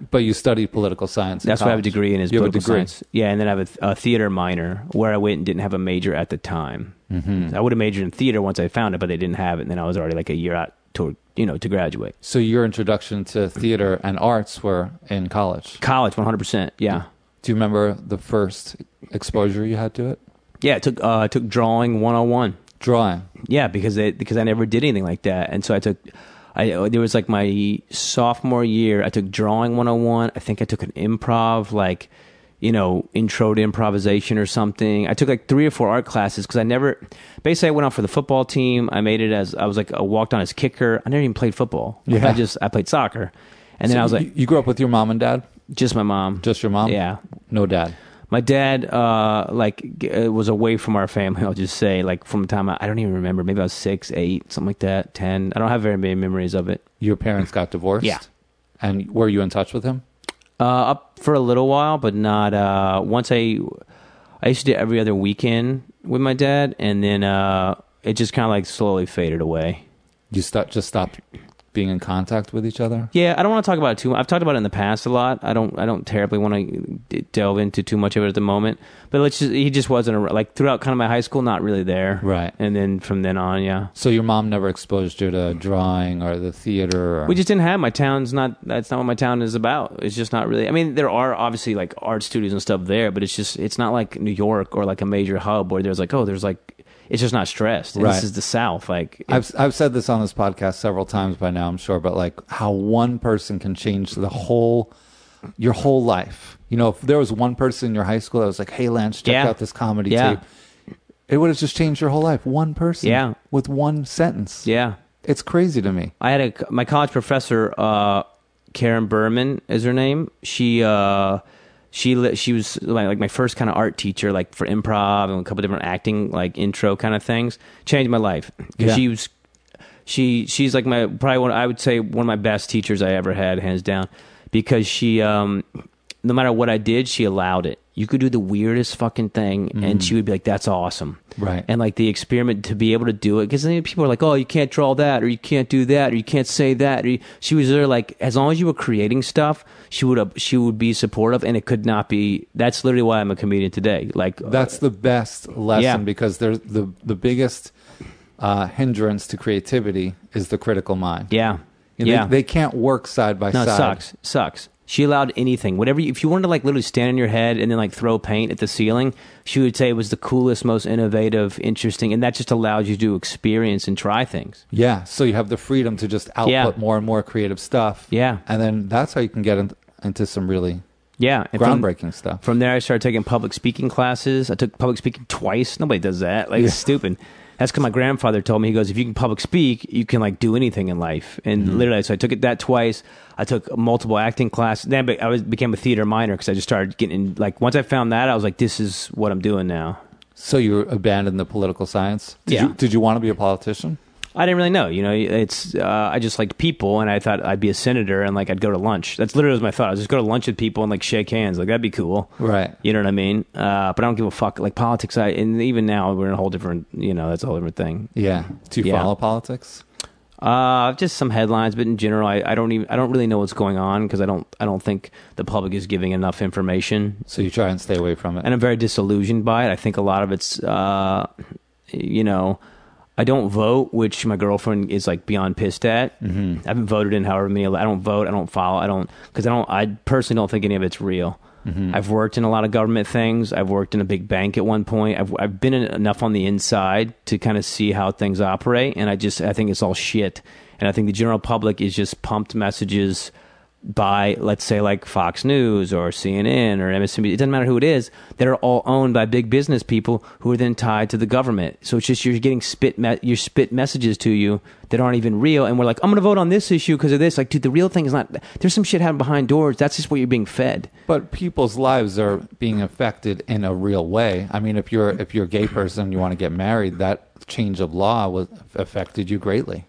But you studied political science. in That's why I have a college. degree in is You have a political degree. science. Yeah, and then I have a, th- a theater minor where I went and didn't have a major at the time. Mm-hmm. I would have majored in theater once I found it, but they didn't have it, and then I was already like a year out toward you know to graduate. So, your introduction to theater and arts were in college. College, one hundred percent. Yeah, Do you remember the first exposure you had to it? yeah. It took uh, I took drawing one hundred and one. Drawing. Yeah, because they because I never did anything like that, and so I took. I there was like my sophomore year. I took drawing 101. I think I took an improv like, you know, intro to improvisation or something. I took like three or four art classes because I never. Basically, I went out for the football team. I made it as I was like I walked on as kicker. I never even played football. Yeah. I just I played soccer, and then I was you, like you grew up with your mom and dad, just my mom. just your mom. Yeah, no dad. my dad uh like g- uh, was away from our family *laughs* i'll just say like from the time I, I don't even remember maybe i was six eight something like that ten i don't have very many memories of it Your parents got divorced. Yeah. and were you in touch with him? uh up for a little while but not uh once i i used to do it every other weekend with my dad and then uh it just kind of like slowly faded away You st- just stopped being in contact with each other? Yeah, I don't want to talk about it too. much. I've talked about it in the past a lot. I don't. I don't terribly want to d- delve into too much of it at the moment. But let's just. He just wasn't a, like throughout kind of my high school, not really there. Right. And then from then on, yeah, So your mom never exposed you to drawing or the theater or we just didn't have my town's not. That's not what my town is about. It's just not really. I mean, there are obviously like art studios and stuff there, but it's just it's not like New York or like a major hub where there's like oh there's like it's just not stressed. And Right. This is the South. Like I've I've said this on this podcast several times by now, I'm sure, but like how one person can change the whole your whole life. You know, if there was one person in your high school that was like, "Hey, Lance, check Yeah. out this comedy Yeah. tape," it would have just changed your whole life. One person, Yeah. with one sentence, yeah, it's crazy to me. I had a my college professor, uh, Karen Berman is her name. She uh, she li- she was my, like my first kind of art teacher, like for improv and a couple different acting like intro kind of things. Changed my life 'Cause Yeah. she was she she's like my probably one I would say one of my best teachers I ever had, hands down, because she um, no matter what I did, she allowed it. You could do the weirdest fucking thing, and she would be like, "That's awesome." Mm. Right. and like the experiment to be able to do it because then people are like oh you can't draw that or you can't do that or you can't say that or you, she was there like as long as you were creating stuff she would she would be supportive and it could not be that's literally why i'm a comedian today like That's the best lesson Yeah. because there's the the biggest uh, hindrance to creativity is the critical mind. yeah You know, yeah they, they can't work side by no it side. sucks sucks she allowed anything whatever you, if you wanted to like literally stand on your head and then like throw paint at the ceiling she would say it was the coolest most innovative interesting and that just allows you to experience and try things Yeah, so you have the freedom to just output Yeah. more and more creative stuff. Yeah. and then that's how you can get in, into some really yeah and from- groundbreaking stuff. From there, I started taking public speaking classes. I took public speaking twice. Nobody does that. Like it's stupid. That's because my grandfather told me he goes, if you can public speak, you can like do anything in life. And literally, so I took it that twice. I took multiple acting classes. Then I be- I was, became a theater minor because I just started getting like once I found that I was like, this is what I'm doing now. so you abandoned the political science. Did Yeah. You, did you want to be a politician? I didn't really know, you know. It's uh, I just liked people, and I thought I'd be a senator, and like I'd go to lunch. That's literally was my thought. I just go to lunch with people and like shake hands, like that'd be cool, Right. You know what I mean? Uh, but I don't give a fuck. Like politics, I and even now we're in a whole different, you know, that's a whole different thing. Yeah. Do you Yeah. follow politics? Uh, just some headlines, but in general, I, I don't even I don't really know what's going on because I don't I don't think the public is giving enough information, So you try and stay away from it. and I'm very disillusioned by it. I think a lot of it's, uh, you know. I don't vote, which my girlfriend is like beyond pissed at. Mm-hmm. I haven't voted in however many. ele- I don't vote. I don't follow. I don't because I don't. I personally don't think any of it's real. I've worked in a lot of government things. I've worked in a big bank at one point. I've I've been in enough on the inside to kind of see how things operate, and I just I think it's all shit. And I think the general public is just pumped messages by let's say like Fox News or CNN or MSNBC. It doesn't matter who it is. They're all owned by big business people who are then tied to the government. So it's just you're getting spit me- your spit messages to you that aren't even real. And we're like, I'm going to vote on this issue because of this. Like, dude, the real thing is not. There's some shit happening behind doors. That's just what you're being fed. but people's lives are being affected in a real way. I mean, if you're if you're a gay person, and you want to get married, that change of law was affected you greatly.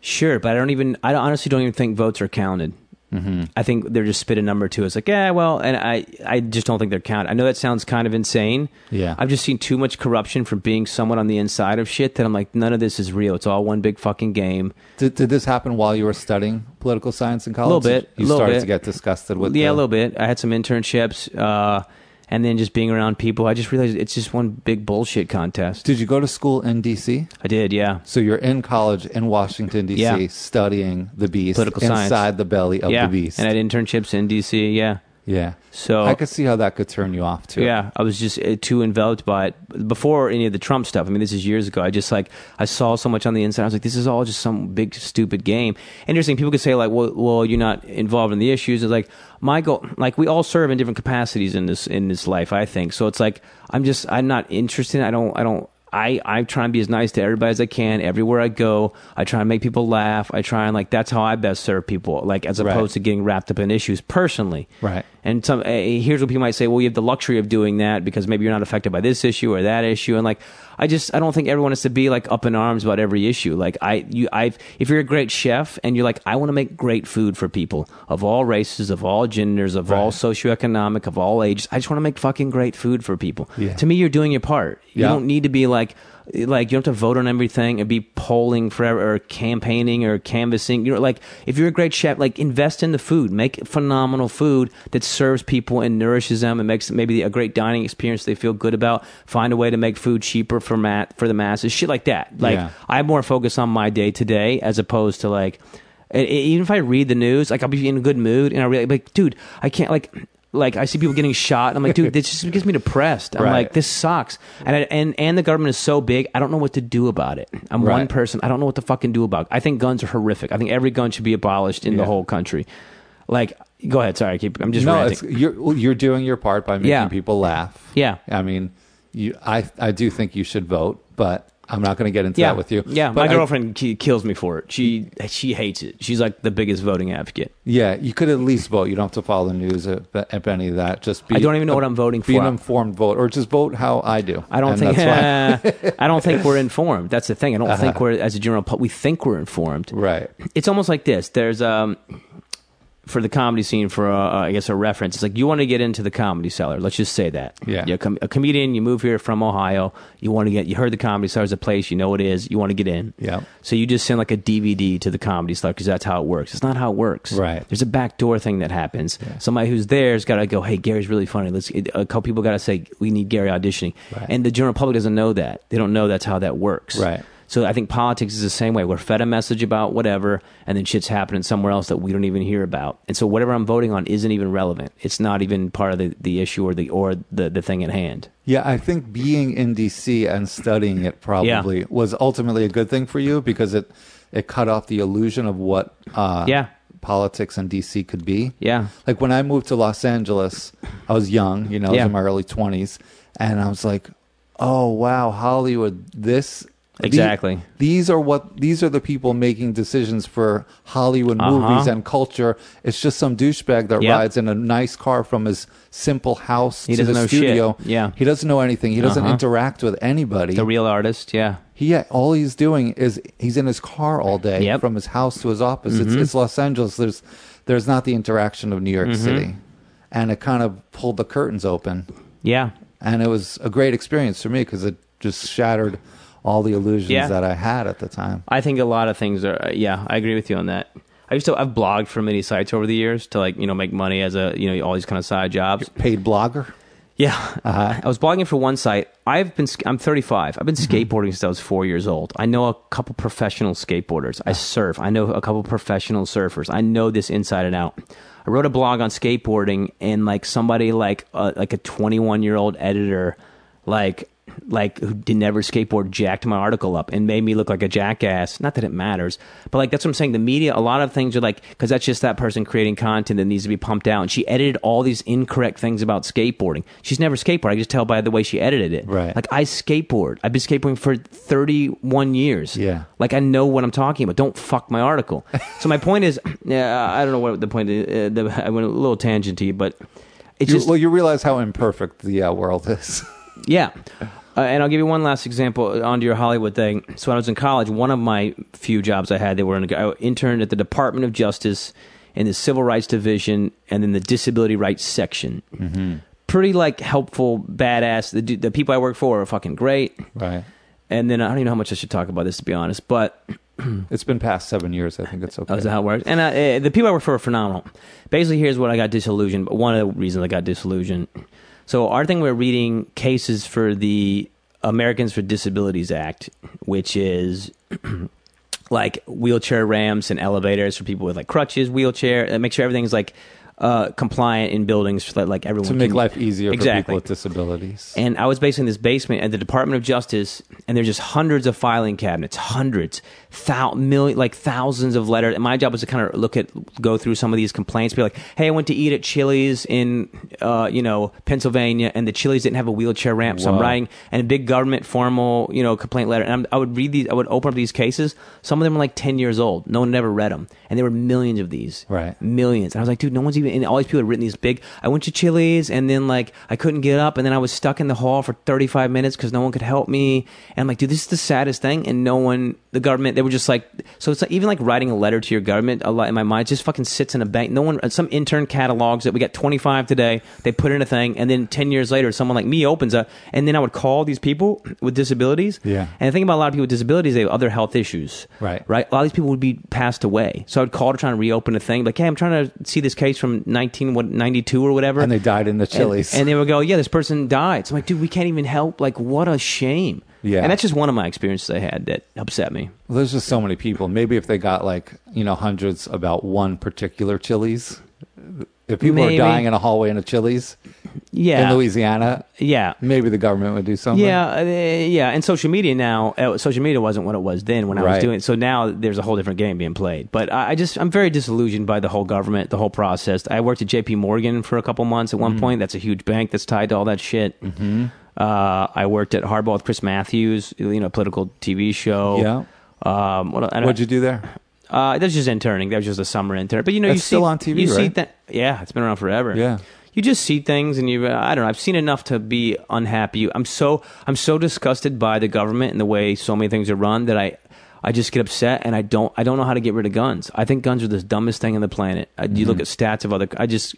Sure, but I don't even. I don't- honestly don't even think votes are counted. Mm-hmm. I think they're just spit a number to us, like yeah, well, and I, I just don't think they're counted. I know that sounds kind of insane. Yeah. I've just seen too much corruption from being someone on the inside of shit that I'm like, none of this is real. It's all one big fucking game. Did, did this happen while you were studying political science in college? Little bit, You little started bit. to get disgusted with yeah, the- a little bit. I had some internships, uh, and then just being around people, I just realized it's just one big bullshit contest. Did you go to school in D.C.? I did, yeah. So you're in college in Washington D.C. Yeah. studying the beast Political inside science. the belly of yeah, the beast. and I had internships in DC. Yeah, yeah. so I could see how that could turn you off too. Yeah, I was just uh, too enveloped by it before any of the Trump stuff. I mean, this is years ago. I just like I saw so much on the inside. I was like, this is all just some big stupid game. Interesting. People could say like, well, well, you're not involved in the issues. It's like my goal. Like we all serve in different capacities in this in this life. I think so. It's like I'm just I'm not interested. I don't I don't. I, I try and be as nice to everybody as I can everywhere I go. I try and make people laugh. I try and like that's how I best serve people. Like as Right. opposed to getting wrapped up in issues personally. Right. And some uh, here's what people might say: Well, you have the luxury of doing that because maybe you're not affected by this issue or that issue. And like, I just I don't think everyone has to be like up in arms about every issue. Like I you I if you're a great chef and you're like I want to make great food for people of all races, of all genders, of all socioeconomic, of all ages. I just want to make fucking great food for people. Yeah. To me, you're doing your part. You Yeah. don't need to be like like you don't have to vote on everything and be polling forever or campaigning or canvassing. You know, like if you're a great chef, like invest in the food, make phenomenal food that serves people and nourishes them and makes maybe a great dining experience they feel good about. Find a way to make food cheaper for mat for the masses, shit like that. Like Yeah. I more focus on my day to day as opposed to like, e- e- even if I read the news, like I'll be in a good mood and I really like, dude, I can't like, like I see people getting shot. I'm *laughs* like, dude, this just gets me depressed. I'm Right. like, this sucks. And I, and and the government is so big, I don't know what to do about it. I'm Right. one person. I don't know what to fucking do about. it. I think guns are horrific. I think every gun should be abolished in the Yeah. whole country. Like, go ahead. Sorry, I keep. I'm just no, ranting. it's, you're well, you're doing your part by making Yeah. people laugh. Yeah. I mean, you, I I do think you should vote, but I'm not going to get into yeah, that with you. Yeah, but my I- girlfriend ki- kills me for it. She she hates it. She's like the biggest voting advocate. yeah, you could at least vote. You don't have to follow the news if, if any of that. Just be, I don't even know what I'm voting Be an for. informed vote, or just vote how I do. I don't And think that's *laughs* why- Uh-huh. I don't think we're informed. That's the thing. I don't think we're as a general pub. We think we're informed. right. It's almost like this. There's um for the comedy scene for uh, uh, I guess a reference. It's like you want to get into the comedy cellar. Let's just say that. Yeah. You're a, com- a comedian. You move here from Ohio. You want to get. You heard the comedy cellar is a place. You know it is. You want to get in. Yeah. So you just send like a DVD to the comedy cellar because that's how it works. It's not how it works. Right. There's a backdoor thing that happens. Somebody who's there's got to go. Hey, Gary's really funny. Let's. A couple people got to say we need Gary auditioning. Right. And the general public doesn't know that. They don't know that's how that works. Right. So I think politics is the same way. We're fed a message about whatever, and then shit's happening somewhere else that we don't even hear about. And so whatever I'm voting on isn't even relevant. It's not even part of the, the issue or the or the, the thing at hand. Yeah, I think being in DC and studying it probably was ultimately a good thing for you because it it cut off the illusion of what uh, Yeah. politics in DC could be. Yeah. like when I moved to Los Angeles, I was young, you know, I Yeah. was in my early twenties, and I was like, "Oh wow, Hollywood! This the- Exactly. these are what these are the people making decisions for Hollywood Uh-huh. movies and culture. It's just some douchebag that Yep. rides in a nice car from his simple house He to the doesn't know shit. studio. Yeah. He doesn't know anything. He doesn't Uh-huh. interact with anybody. The real artist, yeah. he yeah, all he's doing is he's in his car all day Yep. Mm-hmm. from his house to his office. It's, it's Los Angeles. There's there's not the interaction of New York Mm-hmm. City, and it kind of pulled the curtains open. Yeah. And it was a great experience for me because it just shattered all the illusions Yeah. that I had at the time. I think a lot of things are. uh, Yeah, I agree with you on that. I used to. I've blogged for many sites over the years to like you know make money as a you know all these kind of side jobs. Paid blogger. Yeah, uh, I was blogging for one site. I've been. sk- I'm 35. I've been skateboarding since I was four years old. I know a couple professional skateboarders. I surf. I know a couple professional surfers. I know this inside and out. I wrote a blog on skateboarding, and like somebody like uh, like a 21 year old editor, like like who did never skateboard jacked my article up and made me look like a jackass not that it matters but like that's what i'm saying the media a lot of things are like because that's just that person creating content that needs to be pumped out and she edited all these incorrect things about skateboarding she's never skateboarded i can just tell by the way she edited it Right. like i skateboard i've been skateboarding for 31 years Yeah. like I know what I'm talking about. Don't fuck *laughs* my article. So my point is, yeah, I don't know what the point. Is, uh, the, I went a little tangenty, but it's You- just well, you realize how imperfect the uh, world *laughs* is. yeah. Uh, and I'll give you one last example onto your Hollywood thing. So when I was in college, one of my few jobs I had, they were in, I interned at the Department of Justice in the Civil Rights Division and then the Disability Rights Section. Pretty like helpful, badass. The, du- the people I work for are fucking great. right. And then I don't even know how much I should talk about this to be honest, but It's been past seven years. I think it's okay. Oh, is that how it works? And I, uh, the people I work for are phenomenal. Basically, here's what I got disillusioned. But one of the reasons I got disillusioned. So our thing, we're reading cases for the Americans for Disabilities Act, which is *clears throat* like wheelchair ramps and elevators for people with like crutches, wheelchair. And make sure everything's like uh, compliant in buildings, so that like everyone to make can- life easier for people Exactly. with disabilities. And I was basically in this basement at the Department of Justice, and there's just hundreds of filing cabinets, hundreds, thou, million, like thousands of letters. And my job was to kind of look at, go through some of these complaints, be like, hey, I went to eat at Chili's in, uh, you know, Pennsylvania, and the Chili's didn't have a wheelchair ramp, so I'm Wow. writing and a big government formal, you know, complaint letter. And I'm, I would read these, I would open up these cases. Some of them were like 10 years old. No one had ever read them. And there were millions of these. Right. Millions. And I was like, dude, no one's even and all these people had written these big. I went to Chili's and then like I couldn't get up and then I was stuck in the hall for 35 minutes because no one could help me. And I'm like, dude, this is the saddest thing. And no one, the government, they were just like, so it's like, even like writing a letter to your government. A lot in my mind just fucking sits in a bank. No one, uh, some intern catalogs that we got 25 today. They put in a thing and then 10 years later, someone like me opens up and then I would call these people with disabilities. Yeah. And the thing about a lot of people with disabilities, they have other health issues. Right. Right. A lot of these people would be passed away. So I would call to try and reopen a thing, like, hey, I'm trying to see this case from 1992 or whatever. And they died in the And- Chili's. And, they would go, yeah, this person died. So I'm like, dude, we can't even help. Like, what a shame. Yeah. And that's just one of my experiences I had that upset me. Well, there's just so many people. Maybe if they got like you know hundreds about one particular Chili's, if people Maybe. are dying in a hallway in a Chili's Yeah. in Louisiana, Yeah. maybe the government would do something. Yeah, uh, yeah, and social media now. Uh, social media wasn't what it was then when I Right. was doing. it. So now there's a whole different game being played. But I, I just I'm very disillusioned by the whole government, the whole process. I worked at J.P. Morgan for a couple months at one Mm. point. That's a huge bank that's tied to all that shit. Mm-hmm. Uh, I worked at Hardball with Chris Matthews, you know, political TV show. Yeah. Um, what, I don't- What'd you do there? uh, that was just interning. That was just a summer intern. But you know, That's you see, still on TV, you See right? thi- yeah, it's been around forever. Yeah. you just see things, and you. I don't know. I've seen enough to be unhappy. I'm so I'm so disgusted by the government and the way so many things are run that I. I just get upset, and I don't. I don't know how to get rid of guns. I think guns are the dumbest thing on the planet. Uh, You look at stats of other. I just,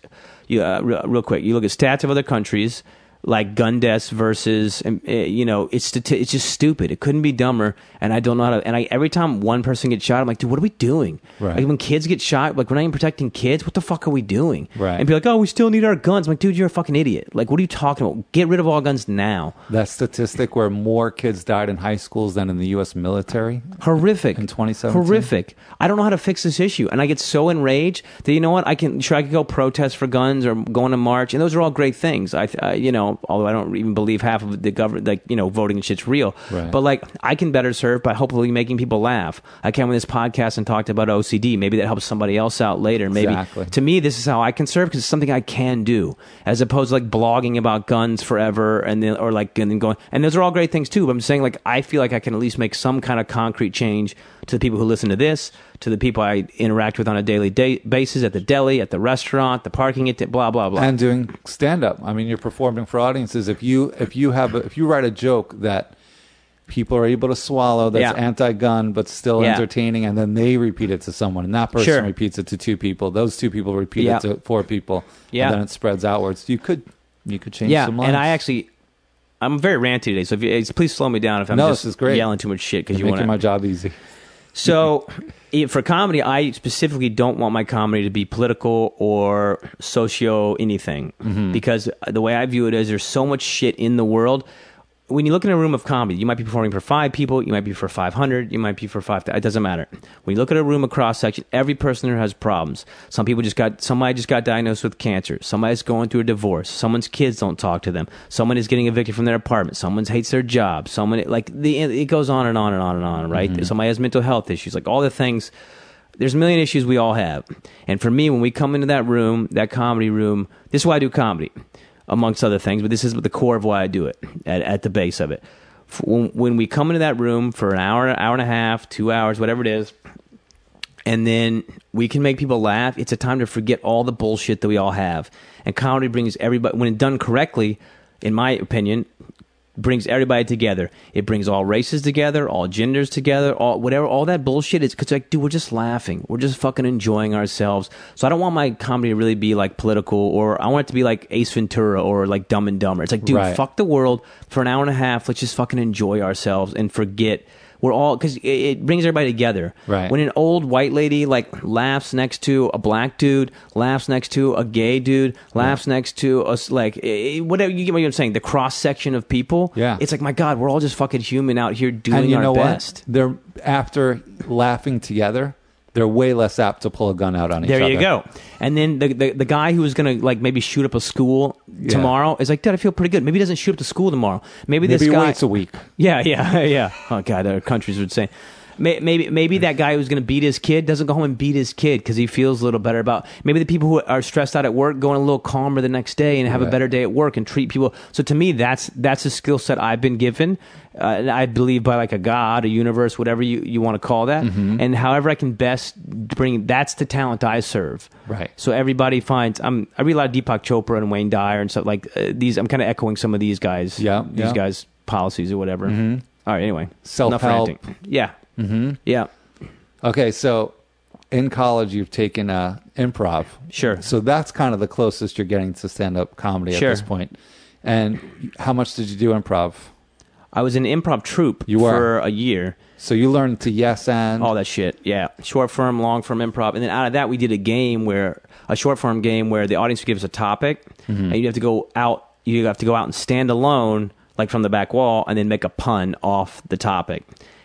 you, uh, real, real quick. You look at stats of other countries, like gun deaths versus um, eh, you know it's stati- it's just stupid it couldn't be dumber and i don't know how to and i every time one person gets shot i'm like dude what are we doing Right. like when kids get shot like we're not even protecting kids what the fuck are we doing Right. and be like oh we still need our guns i'm like dude you're a fucking idiot like what are you talking about get rid of all guns now That statistic where more kids died in high schools than in the U.S. military. horrific In 2017? horrific i don't know how to fix this issue and i get so enraged that you know what i can sure i could go protest for guns or go on a march and those are all great things i, I you know although i don't even believe half of the government like you know voting and shit's real Right. but like i can better serve by hopefully making people laugh i came on this podcast and talked about ocd maybe that helps somebody else out later maybe Exactly. to me this is how i can serve because it's something i can do as opposed to like blogging about guns forever and then or like and then going and those are all great things too but i'm saying like i feel like i can at least make some kind of concrete change to the people who listen to this to the people i interact with on a daily day basis at the deli at the restaurant the parking at blah blah blah and doing stand up. I mean, you're performing for audiences. If you if you have a, if you write a joke that people are able to swallow that's Yeah. anti-gun but still Yeah. entertaining and then they repeat it to someone and that person Sure. repeats it to two people those two people repeat Yeah. it to four people Yeah. and then it spreads outwards you could you could change yeah some lives and i actually i'm very ranty today so if you, please slow me down if i'm No, just this is great. yelling too much shit because you You're want making to my job easy So, it- for comedy, I specifically don't want my comedy to be political or socio anything because the way I view it is there's so much shit in the world. When you look in a room of comedy, you might be performing for five people, you might be for 500, you might be for five, it doesn't matter. When you look at a room, a cross section, every person there has problems. Some people just got, somebody just got diagnosed with cancer, somebody's going through a divorce, someone's kids don't talk to them, someone is getting evicted from their apartment, someone hates their job, someone, like, the, it goes on and on and on and on, right? Somebody has mental health issues, like all the things there's a million issues we all have. And for me, when we come into that room, that comedy room, this is why I do comedy, amongst other things, but this is the core of why I do it, at, at the base of it. F- When, when we come into that room for an hour, hour and a half, two hours, whatever it is, and then we can make people laugh. It's a time to forget all the bullshit that we all have. And comedy brings everybody, when done correctly, in my opinion, brings everybody together. It brings all races together, all genders together, all whatever, all that bullshit. It's because like, dude, we're just laughing, we're just fucking enjoying ourselves. So I don't want my comedy to really be like political, or I want it to be like Ace Ventura or like Dumb and Dumber. It's like, dude, Right. fuck fuck the world for an hour and a half. Let's just fucking enjoy ourselves and forget we're all because it, it brings everybody together. Right. When an old white lady like laughs next to a black dude, laughs next to a gay dude, laughs next to us like eh, eh, whatever you get what I'm saying. The cross section of people. Yeah. It's like my God, we're all just fucking human out here *laughs* doing and you our know best. what they're after laughing together they're way less apt to pull a gun out on each There other you go. And then the, the the guy who was gonna like maybe shoot up a school tomorrow is like, dude, I feel pretty good. Maybe he doesn't shoot up the school tomorrow. Maybe, maybe this guy *laughs* waits a week Yeah, yeah, yeah. Oh god, our countries would say. may- maybe maybe that guy who's going to beat his kid doesn't go home and beat his kid because he feels a little better about. Maybe the people who are stressed out at work go in a little calmer the next day and have a Right. better day at work and treat people. So to me, that's that's a skill set I've been given. Uh, and I believe by like a God, a universe, whatever you, you want to call that, and however I can best bring that's the talent I serve. Right. So everybody finds I'm I read a lot of Deepak Chopra and Wayne Dyer and stuff like uh, these. I'm kind of echoing some of these guys. Yeah, These yeah. Mm-hmm. guys policies or whatever. All right. Anyway. Self-help. enough ranting. Yeah. Mm-hmm. Yeah. Okay, so in college you've taken uh, improv. Sure. So that's kind of the closest you're getting to stand up comedy Sure. at this point. And how much did you do improv? I was in improv troupe You were. for a year. So you learned to yes and all that shit. Yeah, short form, long form improv, and then out of that we did a game where a short form game where the audience would give us a topic, and you have to go out. You have to go out and stand alone, like from the back wall, and then make a pun off the topic.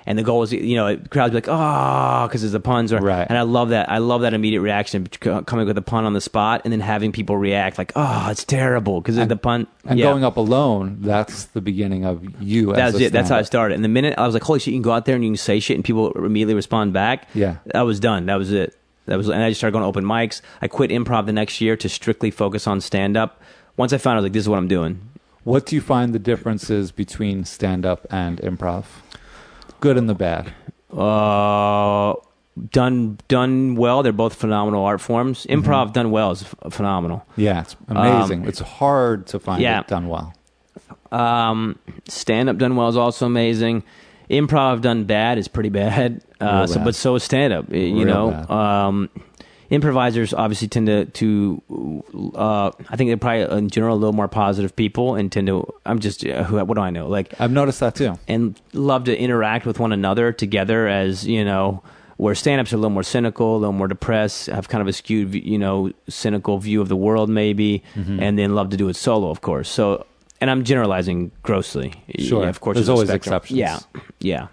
And the goal is, you know, the crowds be like, oh, because it's the puns are. Right. And I love that. I love that immediate reaction, c- coming with a pun on the spot, and then having people react like, oh, it's terrible because the pun. and Yeah going up alone. That's the beginning of you. that as was a it. That's how I stand-up. started. And the minute I was like, "Holy shit!" You can go out there and you can say shit, and people immediately respond back. Yeah. I was done. That was it. That was, and I just started going to open mics. I quit improv the next year to strictly focus on stand up. Once I found, I was like, "This is what I'm doing." What do you find the differences between stand up and improv? Good and the bad. Uh, done done well. They're both phenomenal art forms. Improv done well is ph- phenomenal. Yeah, it's amazing. it's hard to find Um, yeah. it done well. Um, stand up done well is also amazing. Improv done bad is pretty bad. Uh, *laughs* Real so, bad. but so is stand up. You Real know, bad. um, improvisers obviously tend to to. Uh, I think they're probably in general a little more positive people and tend to. I'm just uh, who? What do I know? Like I've noticed that too. and love to interact with one another together as you know where stand-ups are a little more cynical a little more depressed have kind of a skewed you know cynical view of the world maybe Mm-hmm. and then love to do it solo of course so and i'm generalizing grossly Sure. Yeah, of course There's a always spectrum. exceptions. yeah yeah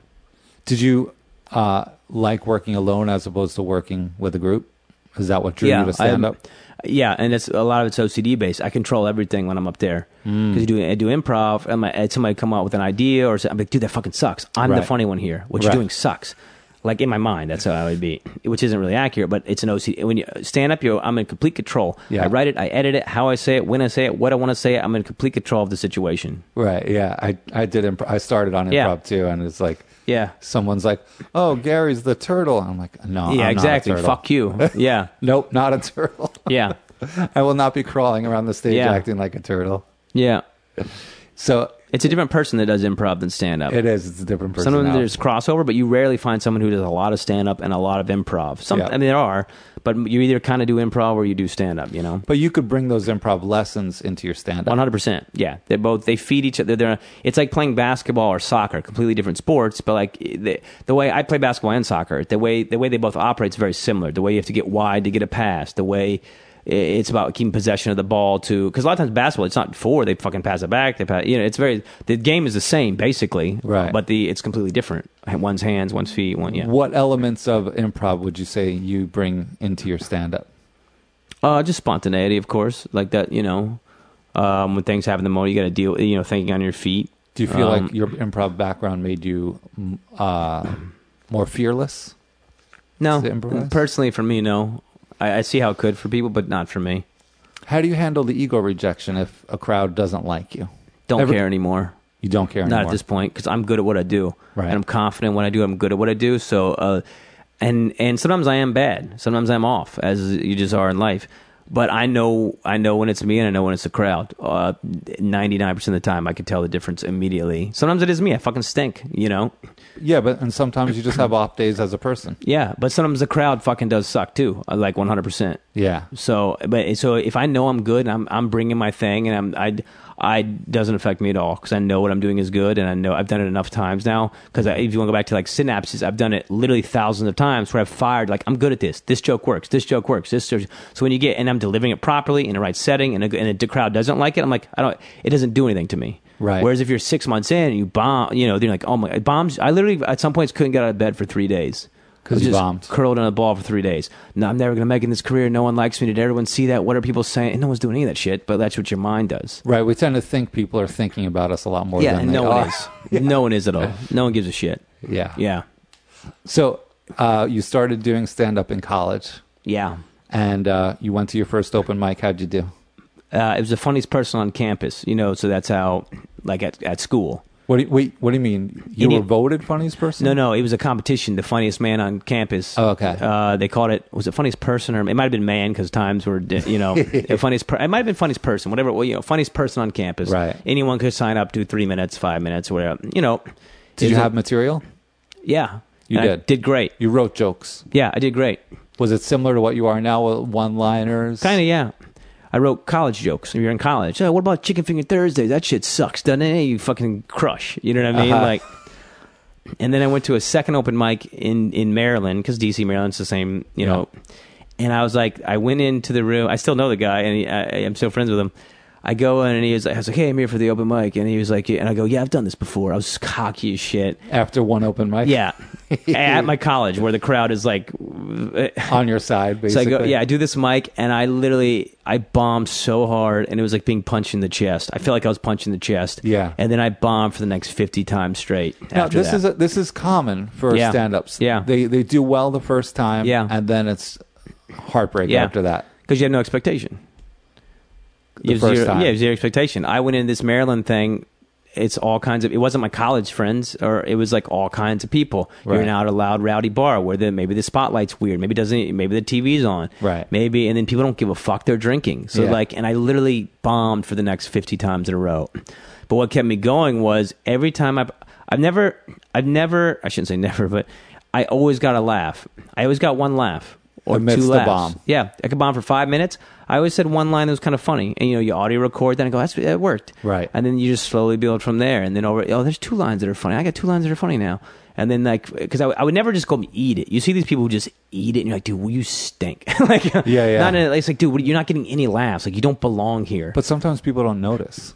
Did you uh, like working alone as opposed to working with a group? Is that what drew yeah you to stand I'm- up? yeah and it's a lot of it's ocd based i control everything when i'm up there Mm. because you do i do improv and my, and somebody come out with an idea or something i'm like dude that fucking sucks i'm the Right. funny one here what Right. you're doing sucks like in my mind that's how i would be which isn't really accurate but it's an ocd when you stand up you're i'm in complete control Yeah. i write it i edit it how i say it when i say it what i want to say i'm in complete control of the situation Right. Yeah. I I did. Imp- I started on improv Yeah. too, and it's like yeah someone's like, "Oh, Gary's the turtle." I'm like, "No, I'm yeah not a exactly turtle. fuck *laughs* you yeah Nope, not a turtle. *laughs* yeah I will not be crawling around the stage Yeah. acting like a turtle." yeah So it's a different person that does improv than stand up it is. It's a different person. Sometimes there's crossover, but you rarely find someone who does a lot of stand up and a lot of improv. Some, Yeah. I mean, there are, but you either kind of do improv or you do stand up. You know, but you could bring those improv lessons into your stand one up. hundred percent. Yeah, they both they feed each other. They're it's like playing basketball or soccer, completely different sports. But like eh, the, the way I play basketball and soccer, the way the way they both operate is very similar. The way you have to get wide to get a pass. The way i- it's about keeping possession of the ball to because a lot of times basketball it's not four they fucking pass it back they pass you know it's very the game is the same basically Right. but the it's completely different one's hands one's feet one yeah What elements of improv would you say you bring into your stand up? Uh, just spontaneity, of course. Like that, you know, um, when things happen in the moment, you got to deal. You know, thinking on your feet. Do you feel Um, like your improv background made you mm, uh, more fearless? No, Is it improvised? personally, for me, no. I, I see how it could for people, but not for me. How do you handle the ego rejection if a crowd doesn't like you? Don't Every- care anymore. You don't care Not anymore. at this point because I'm good at what I do, Right. and I'm confident in what I do. I'm good at what I do. So, uh, and and sometimes I am bad. Sometimes I'm off, as you just are in life. But I know I know when it's me, and I know when it's the crowd. Ninety nine percent of the time, I can tell the difference immediately. Sometimes it is me. I fucking stink. You know. Yeah, but and sometimes you just have off days as a person. Yeah, but sometimes the crowd fucking does suck too, uh, like 100%. Yeah. So, but so if I know I'm good, and I'm I'm bringing my thing, and I'm I I doesn't affect me at all because I know what I'm doing is good, and I know I've done it enough times now. Because if you want to go back to like synapses, I've done it literally thousands of times where I've fired like I'm good at this. This joke works. This joke works. This joke. so when you get and I'm delivering it properly in the right setting, and a, and the crowd doesn't like it, I'm like I don't. It doesn't do anything to me. Right. Whereas if you're six months in and you bomb, you know, they're like, oh my, bombs. I literally at some points couldn't get out of bed for three days 'Cause I you just bombed. curled on a ball for three days. No, I'm never gonna make it in this career. No one likes me. Did everyone see that? What are people saying? And no one's doing any of that shit. But that's what your mind does. Right. We tend to think people are thinking about us a lot more Yeah, than and they no are. one is. No one is at all. No one gives a shit. Ah. Yeah. Yeah, So uh, you started doing stand up in college, Yeah. and uh, you went to your first open mic. How'd you do? Uh, it was the funniest person on campus, you know, so that's how, like, at, at school. What do you, wait, what do you mean? You Any- were voted funniest person? No, no, it was a competition. The funniest man on campus. Oh, okay. Uh, they called it was it funniest person or it might have been man because times were di- *laughs* you know the funniest. Per- it might have been funniest person, whatever. Well, you know, funniest person on campus. Right. Anyone could sign up, do three minutes, five minutes, whatever. You know. Did you it's a- have material? Yeah. You And I did. did great. You wrote jokes. Yeah, I did great. Was it similar to what you are now? One liners? Kind of, yeah. I wrote college jokes. If you're in college, oh, what about Chicken Finger Thursdays? That shit sucks, doesn't it? You fucking crush. You know what I mean? Uh-huh. Like, and then I went to a second open mic in in Maryland because DC, Maryland's the same, you know. And I was like, I went into the room. I still know the guy, and he, I, I'm still friends with him. I go in and he was like, I was like, hey, I'm here for the open mic, and he was like, yeah. and I go, yeah, I've done this before. I was cocky as shit. After one open mic? Yeah, at my college where the crowd is like *laughs* On your side, so I basically. go, yeah, I do this mic, and I literally I bombed so hard, and it was like being punched in the chest. I feel like I was punched in the chest. Yeah. and then I bombed for the next fifty times straight. Now, after this that. is a, this is common for Yeah. stand-ups. Yeah. they they do well the first time. Yeah. and then it's heartbreaking Yeah. after that. because you have no expectation. The You have first zero, time. yeah, you have zero expectation. I went into this Maryland thing. It's all kinds of. It wasn't my college friends, or it was like all kinds of people. Right. You're now at a loud, rowdy bar where the maybe the spotlight's weird, maybe it doesn't, maybe the TV's on, Right. Maybe, and then people don't give a fuck. They're drinking, so Yeah. like, and I literally bombed for the next fifty times in a row. But what kept me going was every time I, I've never, I've never, I shouldn't say never, but I always got a laugh. I always got one laugh or Amidst two the laughs. bomb. Yeah, I could bomb for five minutes. I always said one line that was kind of funny, and you know, you audio record, then I go, that's that worked, Right. And then you just slowly build from there, and then over, oh, there's two lines that are funny. I got two lines that are funny now, and then like, because I, would- I would never just go and eat it. You see these people who just eat it, and you're like, dude, will you stink? *laughs* like, Yeah, yeah. Not in, it's like, dude, what- you're not getting any laughs. Like, you don't belong here. But sometimes people don't notice.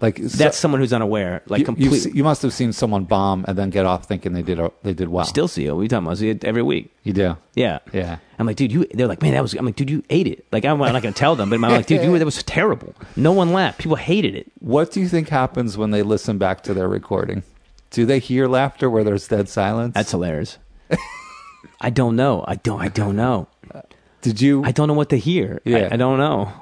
Like so- that's someone who's unaware, like you, you've completely. se- you must have seen someone bomb and then get off thinking they did they did well. Still see it. We talking about I see it every week. you do. Yeah. Yeah. I'm like, dude, you. They're like, man, that was. I'm like, dude, you ate it. Like, I'm, I'm not gonna tell them, but I'm like, dude, you, that was terrible. No one laughed. People hated it. What do you think happens when they listen back to their recording? Do they hear laughter where there's dead silence? That's hilarious. I don't know. I don't. I don't know. did you? I don't know what to hear. I- Yeah. I, don't know.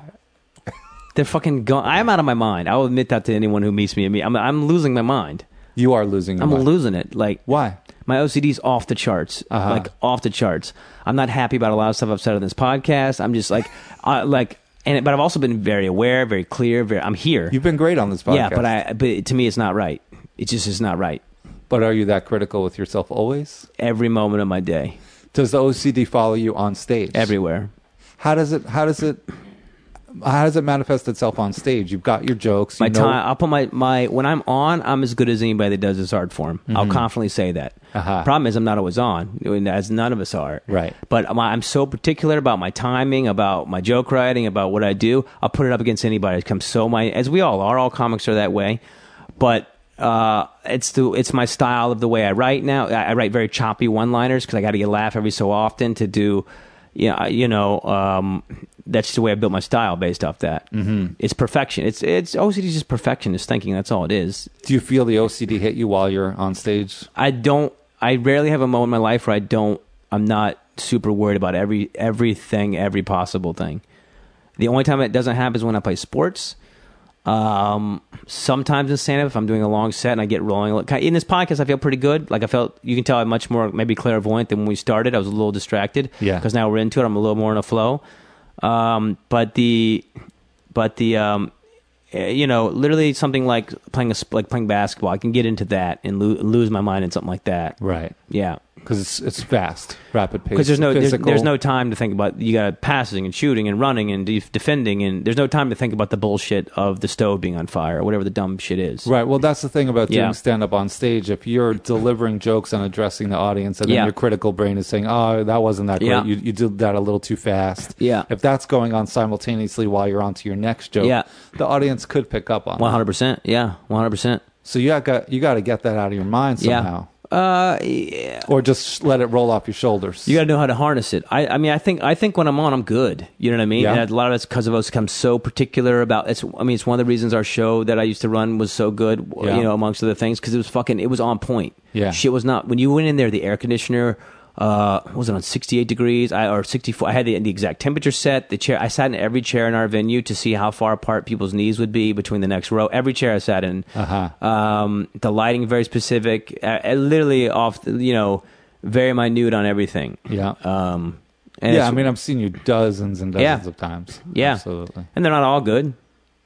They're fucking gone. I'm out of my mind. I'll admit that to anyone who meets me. I mean, I'm, I'm losing my mind. you are losing. your I'm mind. losing it. Like Why? Uh-huh. My OCD's off the charts. Like off the charts. I'm not happy about a lot of stuff I've said on this podcast. I'm just like, *laughs* I, like, and but I've also been very aware, very clear. Very, I'm here. You've been great on this podcast. yeah, but I, but to me, it's not right. It just is not right. But are you that critical with yourself always? Every moment of my day, Does the OCD follow you on stage? everywhere. how does it how does it how does it manifest itself on stage you've got your jokes you my know, time i'll put my, my when i'm on i'm as good as anybody that does this art form i'll confidently say that Mm-hmm. Uh-huh. problem is i'm not always on and as none of us are Right. but my, i'm so particular about my timing about my joke writing about what i do i'll put it up against anybody it comes so my as we all are all comics are that way but uh, it's the it's my style of the way I write now. I, I write very choppy one liners because I got to get a laugh every so often to do, you know, you know um, that's just the way I built my style based off that. Mm-hmm. It's perfection. It's it's OCD is just perfectionist thinking. That's all it is. do you feel the ocd hit you while you're on stage I don't. I rarely have a moment in my life where I don't. I'm not super worried about every everything, every possible thing. The only time it doesn't happen is when I play sports. Um, sometimes in stand up, if I'm doing a long set and I get rolling, like, in this podcast, I feel pretty good. Like I felt, you can tell I'm much more maybe clairvoyant than when we started. I was a little distracted, Yeah. because now we're into it. I'm a little more in a flow. Um, but the, but the, um, eh, you know, literally something like playing a sp- like playing basketball, I can get into that and lo- lose my mind in something like that. right Yeah, because it's it's fast rapid pace because there's no there's, physical. there's no time to think about you got passing and shooting and running and def- defending and there's no time to think about the bullshit of the stove being on fire or whatever the dumb shit is. Right. Well, that's the thing about doing Yeah. stand up on stage. If you're delivering jokes and addressing the audience, and then Yeah. your critical brain is saying, "Oh, that wasn't that great. Yeah. You, you did that a little too fast." Yeah. If that's going on simultaneously while you're onto your next joke, Yeah. the audience could pick up on. One it. hundred percent. Yeah, one hundred percent. So you got you got to get that out of your mind Yeah. somehow. Uh, you or just let it roll off your shoulders. got to know how to harness it. I, I mean, I think I think when I'm on, I'm good. You know what I mean? Yeah. And a lot of it's because of us. I'm so particular about. It's. I mean, it's one of the reasons our show that I used to run was so good. w- Yeah. You know, amongst other things, because it was fucking. It was on point. Yeah. Shit was not. When you went in there, the air conditioner. Uh, what was it on 68 degrees? I or 64. I had the, the exact temperature set. The chair. I sat in every chair in our venue to see how far apart people's knees would be between the next row. Every chair I sat in. Uh-huh. Um, the lighting very specific. Uh, uh, literally off. the- You know, very minute on everything. yeah. Um, and yeah, it's- I mean, I've seen you dozens and dozens Yeah. of times. Yeah. Absolutely. and they're not all good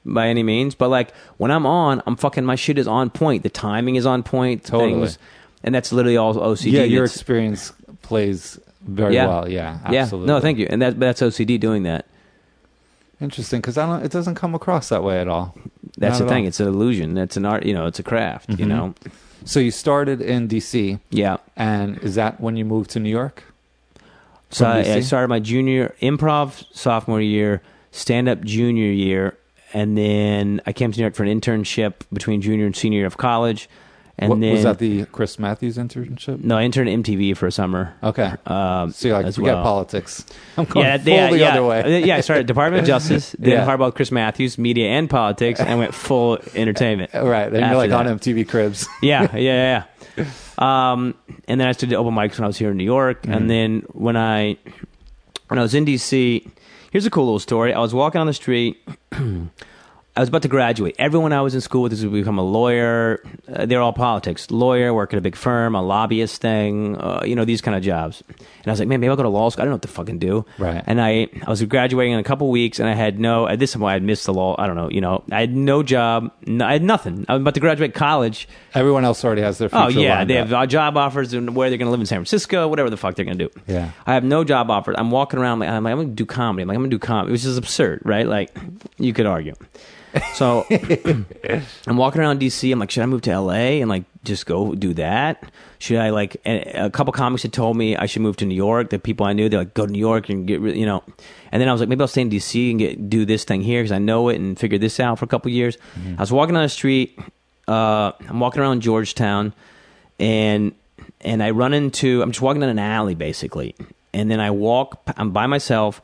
by any means, but like when I'm on, I'm fucking my shit is on point. The timing is on point. Totally. Things, and that's literally all OCD. yeah, your It's- experience plays very Yeah. well. Yeah, yeah. absolutely. No, thank you. And that that's OCD doing that. Interesting, because I don't. It doesn't come across that way at all. That's Not the at thing. all. It's an illusion. That's an art. You know, it's a craft. You Mhm. know. So you started in D.C. Yeah. and is that when you moved to New York? So From I, DC? I started my junior improv sophomore year, stand up junior year, and then I came to New York for an internship between junior and senior year of college. And What- then was that the Chris Matthews internship? no, I interned at MTV for a summer. Okay. Um, Oh, so you're like, as forget well. politics. *laughs* I'm going *laughs* yeah, full yeah, the yeah. Uh, other way. Yeah, I *laughs* started Department of Justice, then Yeah. Hardball Chris Matthews, media and politics, and went full entertainment. *laughs* right. And you're after like that. on MTV Cribs. Yeah, yeah, yeah. yeah. Um, and then I started open mics when I was here in New York, and then when I when I was in DC, here's a cool little story. I was walking on the street. *clears throat* I was about to graduate. Everyone I was in school with was going to become a lawyer. Uh, they're all politics. Lawyer, work at a big firm, a lobbyist thing, uh, you know, these kind of jobs. And I was like, man, maybe I'll go to law school. I don't know what to fucking do. Right. And I, I was graduating in a couple weeks and I had no, at this point I had missed the law. I don't know, you know, I had no job. No, I had nothing. I'm about to graduate college. Everyone else already has their future. Oh yeah, lined they up. have job offers and where they're going to live in San Francisco, whatever the fuck they're going to do. Yeah. I have no job offers. I'm walking around like I'm like I'm going to do comedy. I'm like I'm going to do comedy, which is absurd, right? Like you could argue. *laughs* So I'm walking around DC. I'm like, should I move to LA and like just go do that? Should I like? And a couple comics had told me I should move to New York. The people I knew, they're like, go to New York and get, re- you know. And then I was like, maybe I'll stay in DC and get do this thing here because I know it and figure this out for a couple years. I was walking on the street. Uh, I'm walking around Georgetown, and and I run into. I'm just walking down an alley basically, and then I walk. I'm by myself,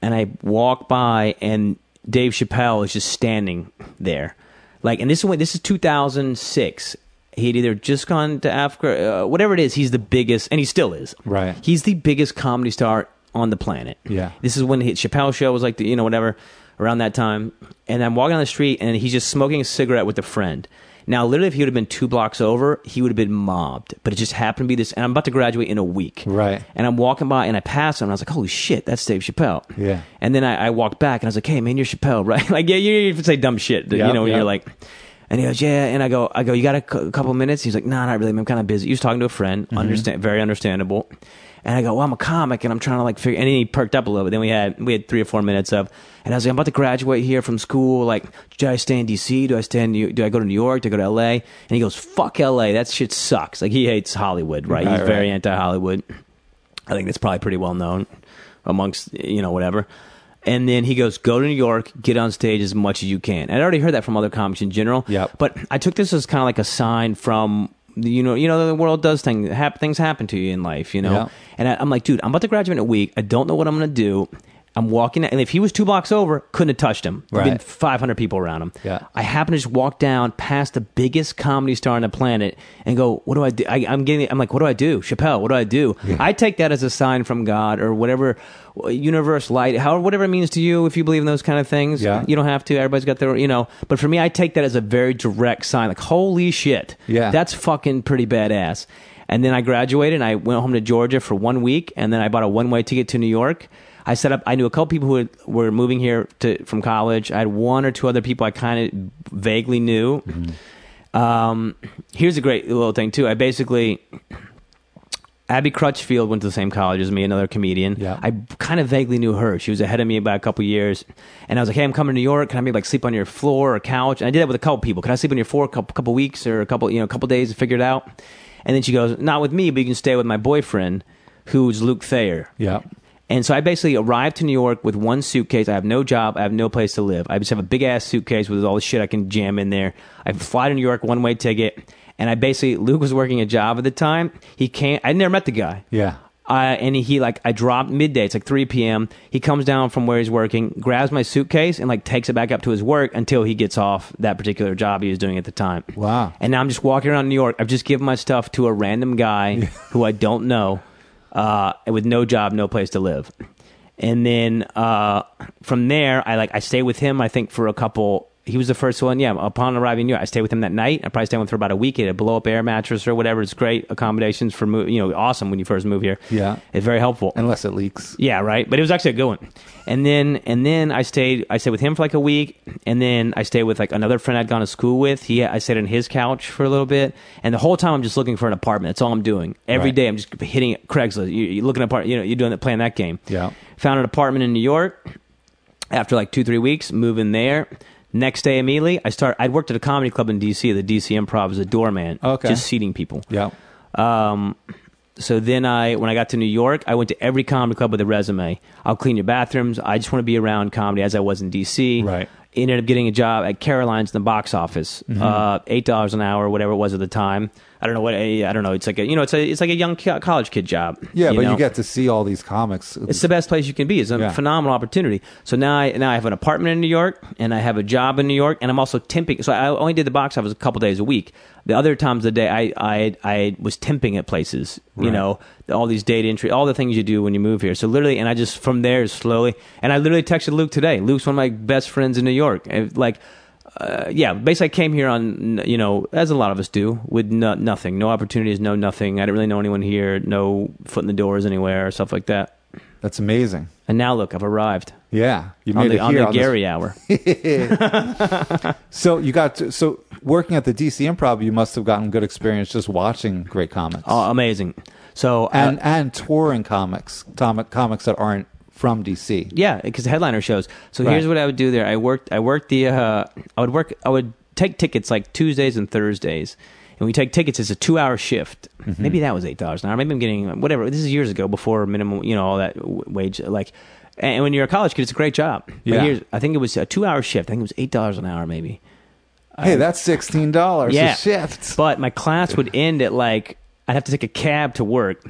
and I walk by, and Dave Chappelle is just standing there like and this is when this is 2006 he'd either just gone to africa uh, whatever it is he's the biggest and he still is Right. he's the biggest comedy star on the planet Yeah. this is when his chappelle show was like the, you know whatever around that time and i'm walking on the street and he's just smoking a cigarette with a friend now literally if he would have been two blocks over he would have been mobbed but it just happened to be this and i'm about to graduate in a week Right. and i'm walking by and i pass him and i was like holy shit that's dave chappelle Yeah. and then I, I walked back and I was like, "Hey, man, you're Chappelle, *laughs* right? like, yeah, you, you say dumb shit, Yep, you know." And yep. you're like, and he goes, "Yeah." And I go, "I go, you got a cou- couple minutes?" He's like, "Nah, not really. man. I'm kind of busy." He was talking to a friend, Mm-hmm. understand, very understandable. And I go, "Well, I'm a comic, and I'm trying to like figure." And he perked up a little bit. Then we had we had three or four minutes of, and I was like, "I'm about to graduate here from school. Like, do I stay in D.C.? Do I stay in? New- do I go to New York? Do I go to L.A.?" And he goes, "Fuck L.A. That shit sucks." Like he hates Hollywood, right? Right, He's right. very anti Hollywood. I think that's probably pretty well known amongst you know whatever. And then he goes, "Go to New York, get on stage as much as you can." And I already heard that from other comics in general. Yep. But I took this as kind of like a sign from the- you know you know the world does things hap- things happen to you in life you know. Yeah. And I, I'm like, dude, I'm about to graduate in a week. I don't know what I'm gonna do. I'm walking, and if he was two blocks over, couldn't have touched him. There'd been Right. 500 people around him. Yeah. I happen to just walk down past the biggest comedy star on the planet and go, "What do I do?" I, I'm getting, I'm like, "What do I do?" Chappelle, what do I do? I take that as a sign from God or whatever, uh, universe, light, however, whatever it means to you. If you believe in those kind of things, Yeah. you don't have to. Everybody's got their, you know. But for me, I take that as a very direct sign. Like, holy shit, Yeah. that's fucking pretty badass. And then I graduated and I went home to Georgia for one week and then I bought a one way ticket to New York. I set up, I knew a couple people who had, were moving here to, from college. I had one or two other people I kind of vaguely knew. Mm-hmm. Um, here's a great little thing, too. I basically, Abby Crutchfield went to the same college as me, another comedian. Yeah. I kind of vaguely knew her. She was ahead of me by a couple years. And I was like, hey, I'm coming to New York. Can I maybe like sleep on your floor or couch? And I did that with a couple people. Can I sleep on your floor a couple, couple weeks or a couple, you know, a couple days to figure it out? And then she goes, not with me, but you can stay with my boyfriend, who's Luke Thayer. Yeah. And so I basically arrived to New York with one suitcase. I have no job. I have no place to live. I just have a big ass suitcase with all the shit I can jam in there. I fly to New York, one way ticket, And I basically, Luke was working a job at the time. He came, I'd never met the guy. Yeah. I, and he like I dropped midday. It's like 3 p.m. He comes down from where he's working, grabs my suitcase, and like takes it back up to his work until he gets off that particular job he was doing at the time. Wow. And now I'm just walking around New York. I've just given my stuff to a random guy who I don't know, uh, with no job, no place to live. And then uh, from there, I like I stay with him. I think for a couple. He was the first one. Yeah, upon arriving in New York, I stayed with him that night. I probably stayed with him for about a week. It a blow up air mattress or whatever. It's great accommodations for move. You know, awesome when you first move here. Yeah. it's very helpful. Unless it leaks. Yeah, right. But it was actually a good one. And then and then I stayed I stayed with him for like a week, and then I stayed with like another friend I'd gone to school with. He I stayed on his couch for a little bit, and the whole time I'm just looking for an apartment. That's all I'm doing every Right. day. I'm just hitting Craigslist. You, you're looking at apart. You know, you're doing that playing that game. Yeah. Found an apartment in New York. After like two three weeks, move in there. Next day, immediately, I start. I'd worked at a comedy club in D.C. The D.C. Improv as a doorman, Okay. just seating people. Yeah. Um, so then I, when I got to New York, I went to every comedy club with a resume. I'll clean your bathrooms. I just want to be around comedy as I was in DC. Right. Mm-hmm. Ended up getting a job at Caroline's in the box office, uh, eight dollars an hour, whatever it was at the time. I don't know what I don't know. It's like a you know it's a it's like a young co- college kid job. Yeah, but know? you get to see all these comics. It's the best place you can be. It's a Yeah. phenomenal opportunity. So now I now I have an apartment in New York, and I have a job in New York, and I'm also temping. So I only did the box office a couple days a week. The other times of the day, I I, I was temping at places. You Right. know, all these data entry, all the things you do when you move here. So literally, and I just from there slowly, and I literally texted Luke today. Luke's one of my best friends in New York. And like. Uh, yeah, basically, I came here on you know, as a lot of us do, with no, nothing, no opportunities, no nothing. I didn't really know anyone here, no foot in the doors anywhere, or stuff like that. That's amazing. And now look, I've arrived Yeah, you on made the, it on here. the on this- *laughs* Gary hour. So you got to, so working at the DC Improv, you must have gotten good experience just watching great comics Oh, amazing. So and uh, and touring comics, comic, comics that aren't from DC. yeah, because headliner shows. So Right. here's what I would do there. I worked. I worked the. Uh, I would work. I would take tickets like Tuesdays and Thursdays. And we take tickets. It's a two-hour shift. Mm-hmm. Maybe that was eight dollars an hour. Maybe I'm getting whatever. This is years ago, before minimum. You know all that w- wage. Like, and when you're a college kid, it's a great job. But Yeah. here's- I think it was a two-hour shift. I think it was eight dollars an hour, maybe. Hey, that's sixteen dollars yeah. a shift. But my class would end at like I'd have to take a cab to work,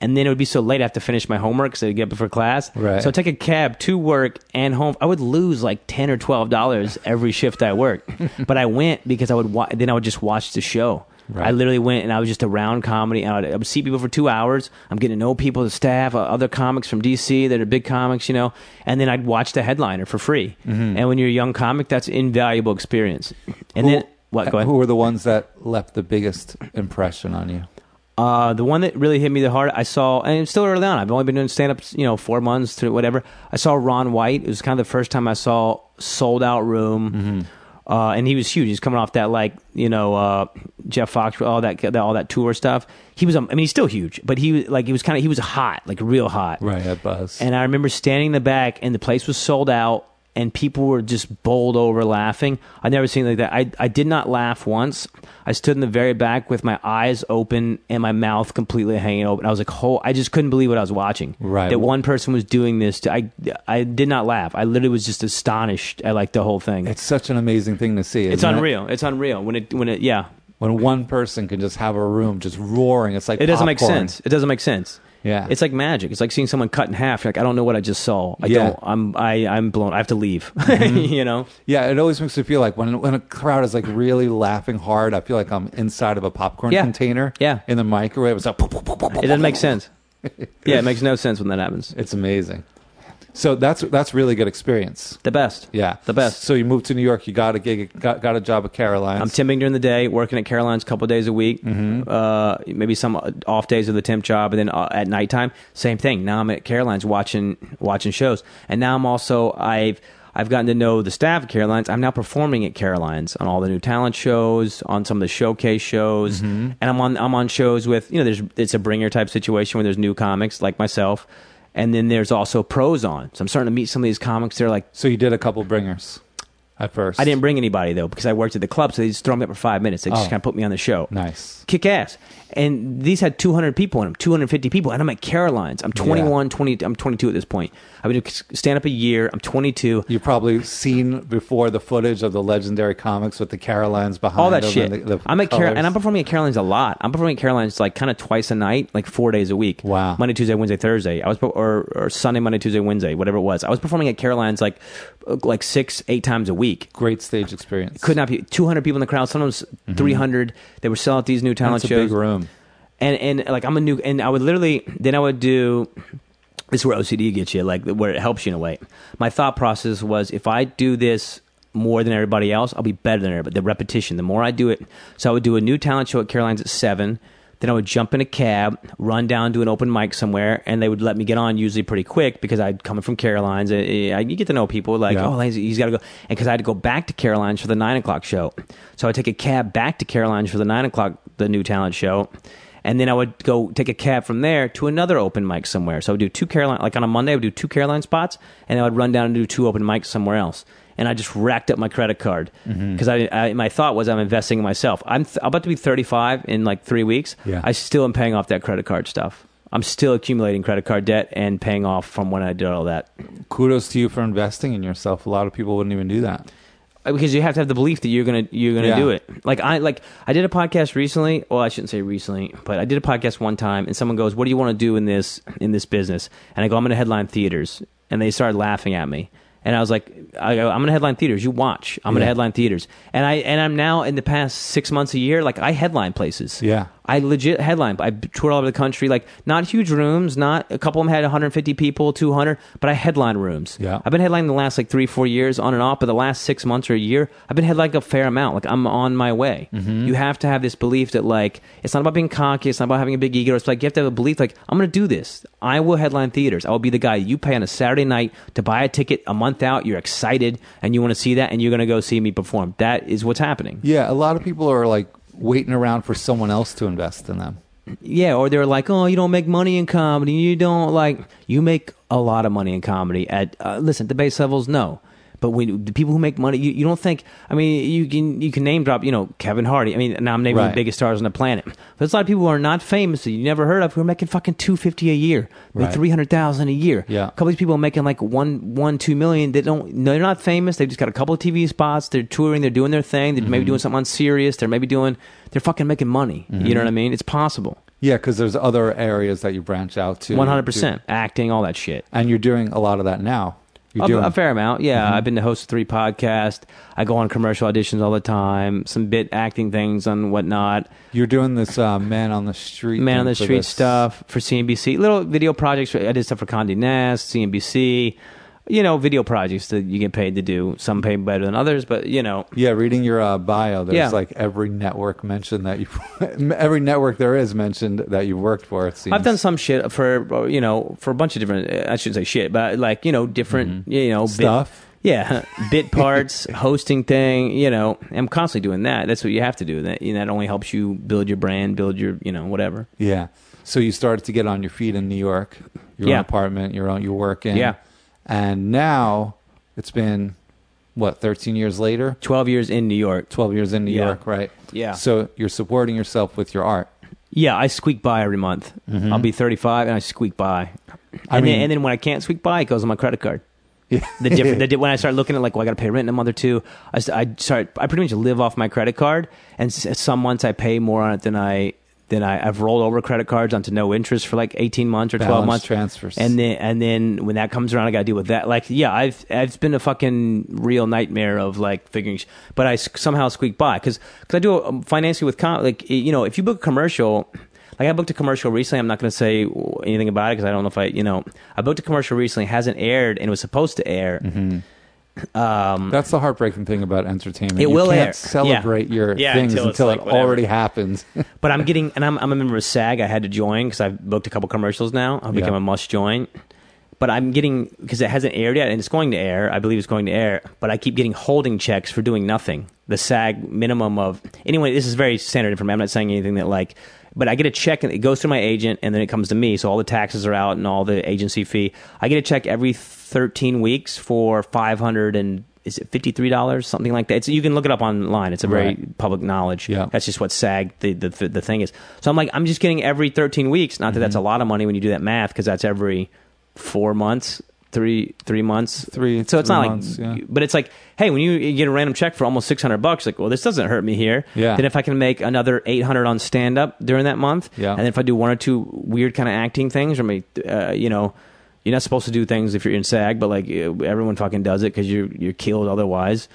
and then it would be so late I have to finish my homework so I get before class. Right. So I take a cab to work and home. I would lose like ten or twelve dollars every shift *laughs* I worked, but I went because I would wa- then I would just watch the show. Right. I literally went and I was just around comedy. And I, would, I would see people for two hours. I'm getting to know people, the staff, uh, other comics from DC that are big comics, you know. And then I'd watch the headliner for free. Mm-hmm. And when you're a young comic, that's invaluable experience. And then what? Go ahead. Who were the ones that left the biggest impression on you? Uh, the one that really hit me the hardest, I saw, and it's still early on. I've only been doing stand up, you know, four months to whatever. I saw Ron White. It was kind of the first time I saw sold out room, uh, and he was huge. He's coming off that like you know uh, Jeff Fox, all that, that all that tour stuff. He was, um, I mean, he's still huge, but he was like he was kind of he was hot, like real hot. Right, that buzz. And I remember standing in the back, and the place was sold out, and people were just bowled over laughing. I never seen like that. I I did not laugh once. I stood in the very back with my eyes open and my mouth completely hanging open. I was like, whole. I just couldn't believe what I was watching. Right. That one person was doing this. To, I I did not laugh. I literally was just astonished at like the whole thing. it's such an amazing thing to see. it's isn't it? unreal. It's unreal when it when it yeah. when one person can just have a room just roaring. It's like It doesn't make popcorn. sense. It doesn't make sense. Yeah. It's like magic. It's like seeing someone cut in half. You're like, I don't know what I just saw. I Yeah. Mm-hmm. don't I'm I, I'm blown. I have to leave. *laughs* you know? Yeah, it always makes me feel like when when a crowd is like really laughing hard, I feel like I'm inside of a popcorn Yeah. container. Yeah. in the microwave. It's like pop, pop, pop, pop, It doesn't make *laughs* sense. Yeah, it makes no sense when that happens. It's amazing. So that's that's really good experience. The best. Yeah, The best. So you moved to New York. You got a gig. Got, got a job at Caroline's. I'm temping during the day, working at Caroline's a couple days a week, uh, maybe some off days of the temp job, and then uh, at nighttime, same thing. Now I'm at Caroline's watching watching shows, and now I'm also I've I've gotten to know the staff at Caroline's. I'm now performing at Caroline's on all the new talent shows, on some of the showcase shows, and I'm on I'm on shows with you know there's it's a bringer type situation where there's new comics like myself, and then there's also pros on. So I'm starting to meet some of these comics. They're like so you did a couple bringers. at first. I didn't bring anybody though because I worked at the club, so they just throw me up for five minutes. They Oh. just kind of put me on the show. Nice. Kick ass. And these had 200 people in them, 250 people. And I'm at Caroline's. I'm 21, 20, I'm 22 at this point. I've been doing stand up a year. I'm 22. You've probably seen before the footage of the legendary comics with the Carolines behind all that them shit. and the- the I'm at Carol, colors. and I'm performing at Caroline's a lot. I'm performing at Caroline's like kind of twice a night, like four days a week. Wow. Monday, Tuesday, Wednesday, Thursday. I was per- or, or Sunday, Monday, Tuesday, Wednesday, whatever it was. I was performing at Caroline's like uh, like six, eight times a week. Great stage experience. Could not be 200 people in the crowd. Sometimes 300. They were selling out these new talent Mm-hmm. That's a shows big room. and and like I'm a new and I would literally then I would do this is where OCD gets you like where it helps you in a way. My thought process was if I do this more than everybody else, I'll be better than everybody. The repetition, the more I do it, so I would do a new talent show at Caroline's at seven. Then I would jump in a cab, run down to an open mic somewhere, and they would let me get on usually pretty quick because I'd come from Caroline's. I, I, you get to know people like, Yeah. oh, he's, he's got to go. And because I had to go back to Caroline's for the nine o'clock show. So I would take a cab back to Caroline's for the nine o'clock, the new talent show. And then I would go take a cab from there to another open mic somewhere. So I would do two Caroline, like on a Monday, I would do two Caroline spots and I would run down and do two open mics somewhere else. And I just racked up my credit card because I, I, my thought was I'm investing in myself. I'm th- about to be 35 in like three weeks. Yeah. I still am paying off that credit card stuff. I'm still accumulating credit card debt and paying off from when I did all that. Kudos to you for investing in yourself. A lot of people wouldn't even do that. because you have to have the belief that you're gonna you're gonna Yeah. do it. Like I like I did a podcast recently. Well, I shouldn't say recently, but I did a podcast one time, and someone goes, "What do you want to do in this in this business?" And I go, "I'm gonna headline theaters," and they started laughing at me. And I was like, I go, I'm gonna headline theaters. You watch. I'm gonna Yeah. headline theaters. And I and I'm now in the past six months a year, like I headline places. Yeah. I legit headline. I toured all over the country, like not huge rooms, not a couple of them had 150 people, 200, but I headline rooms. Yeah. I've been headlining the last like three, four years on and off, but the last six months or a year, I've been headlining a fair amount. Like I'm on my way. You have to have this belief that like it's not about being cocky, it's not about having a big ego. It's like you have to have a belief like I'm going to do this. I will headline theaters. I will be the guy you pay on a Saturday night to buy a ticket a month out. You're excited and you want to see that, and you're going to go see me perform. That is what's happening. Yeah, a lot of people are like waiting around for someone else to invest in them. Yeah, or they're like, oh, you don't make money in comedy. You don't like, you make a lot of money in comedy. At uh, listen, at the base levels, no. But when the people who make money, you, you don't think. I mean, you can you can name drop. You know, Kevin Hardy. I mean, now I'm naming Right. the biggest stars on the planet. There's a lot of people who are not famous that you never heard of who are making fucking two fifty a year, like Right. three hundred thousand a year. Yeah. a couple of these people are making like one one two million. They don't. No, they're not famous. They've just got a couple of TV spots. They're touring. They're doing their thing. They're Mm-hmm. maybe doing something on Sirius. They're maybe doing. They're fucking making money. Mm-hmm. You know what I mean? It's possible. Yeah, because there's other areas that you branch out to. One hundred percent acting, all that shit. And you're doing a lot of that now. You're A, doing Mm-hmm. a fair amount, yeah. I've been the host of three podcasts. I go on commercial auditions all the time. Some bit acting things and whatnot. You're doing this uh, man on the street, Man thing on the for street this. stuff for CNBC. Little video projects. I did stuff for Condé Nast, CNBC. You know, video projects that you get paid to do. Some pay better than others, but you know, Yeah, reading your uh, bio, there's Yeah. like every network mentioned that you, *laughs* every network there is mentioned that you worked for. It seems. I've done some shit for you know for a bunch of different. I shouldn't say shit, but like you know different you know bit- Mm-hmm. Stuff? yeah, *laughs* bit parts, hosting thing. You know, I'm constantly doing that. That's what you have to do. That you know, that only helps you build your brand, build your you know whatever. Yeah. So you started to get on your feet in New York, your own Yeah. apartment, your own you work in. Yeah. And now it's been what, thirteen years later? Twelve years in New York. Twelve years in New Yeah. York, right? Yeah. So you're supporting yourself with your art. Yeah, I squeak by every month. I'll be 35 and I squeak by. And, Mm-hmm. I mean- then, and then when I can't squeak by, it goes on my credit card. the *laughs* different the, di- when I start looking at like, well, I got to pay rent in a month or two. I, s- I start I pretty much live off my credit card, and s- some months I pay more on it than I than I I've rolled over credit cards onto no interest for like eighteen months or twelve Balance months transfers. and then and then when that comes around, I got to deal with that. Like, yeah, I've it's been a fucking real nightmare of like figuring, sh- but I s- somehow squeak by because I do um, financing with com- like y- you know if you book a commercial. Like I booked a commercial recently. I'm not going to say anything about it because I don't know if I, you know, I booked a commercial recently. Hasn't aired and it was supposed to air. That's the heartbreaking thing about entertainment. It you will can't air. celebrate Yeah. your Yeah, things until, until it's like it whatever. already *laughs* happens. But I'm getting, and I'm, I'm a member of SAG. I had to join because I've booked a couple commercials now. I've become Yeah. a must join. But I'm getting because it hasn't aired yet, and it's going to air. I believe it's going to air. But I keep getting holding checks for doing nothing. The SAG minimum of anyway. This is very standard information. I'm not saying anything that like. But I get a check and it goes to my agent, and then it comes to me. So all the taxes are out and all the agency fee. I get a check every 13 weeks for 500 and is it fifty three dollars something like that. It's, you can look it up online. It's a very Right. public knowledge. Yeah. that's just what SAG the, the the thing is. So I'm like, I'm just getting every thirteen weeks. Not that that's a Mm-hmm. lot of money when you do that math, because that's every four months, three three months, Three- So it's three not months, like, yeah. but it's like, hey, when you get a random check for almost six hundred bucks, like, well, this doesn't hurt me here. Yeah. Then if I can make another eight hundred on stand up during that month, Yeah. and then if I do one or two weird kind of acting things, or maybe uh, you know, you're not supposed to do things if you're in SAG, but like uh, everyone fucking does it because you're you're killed otherwise.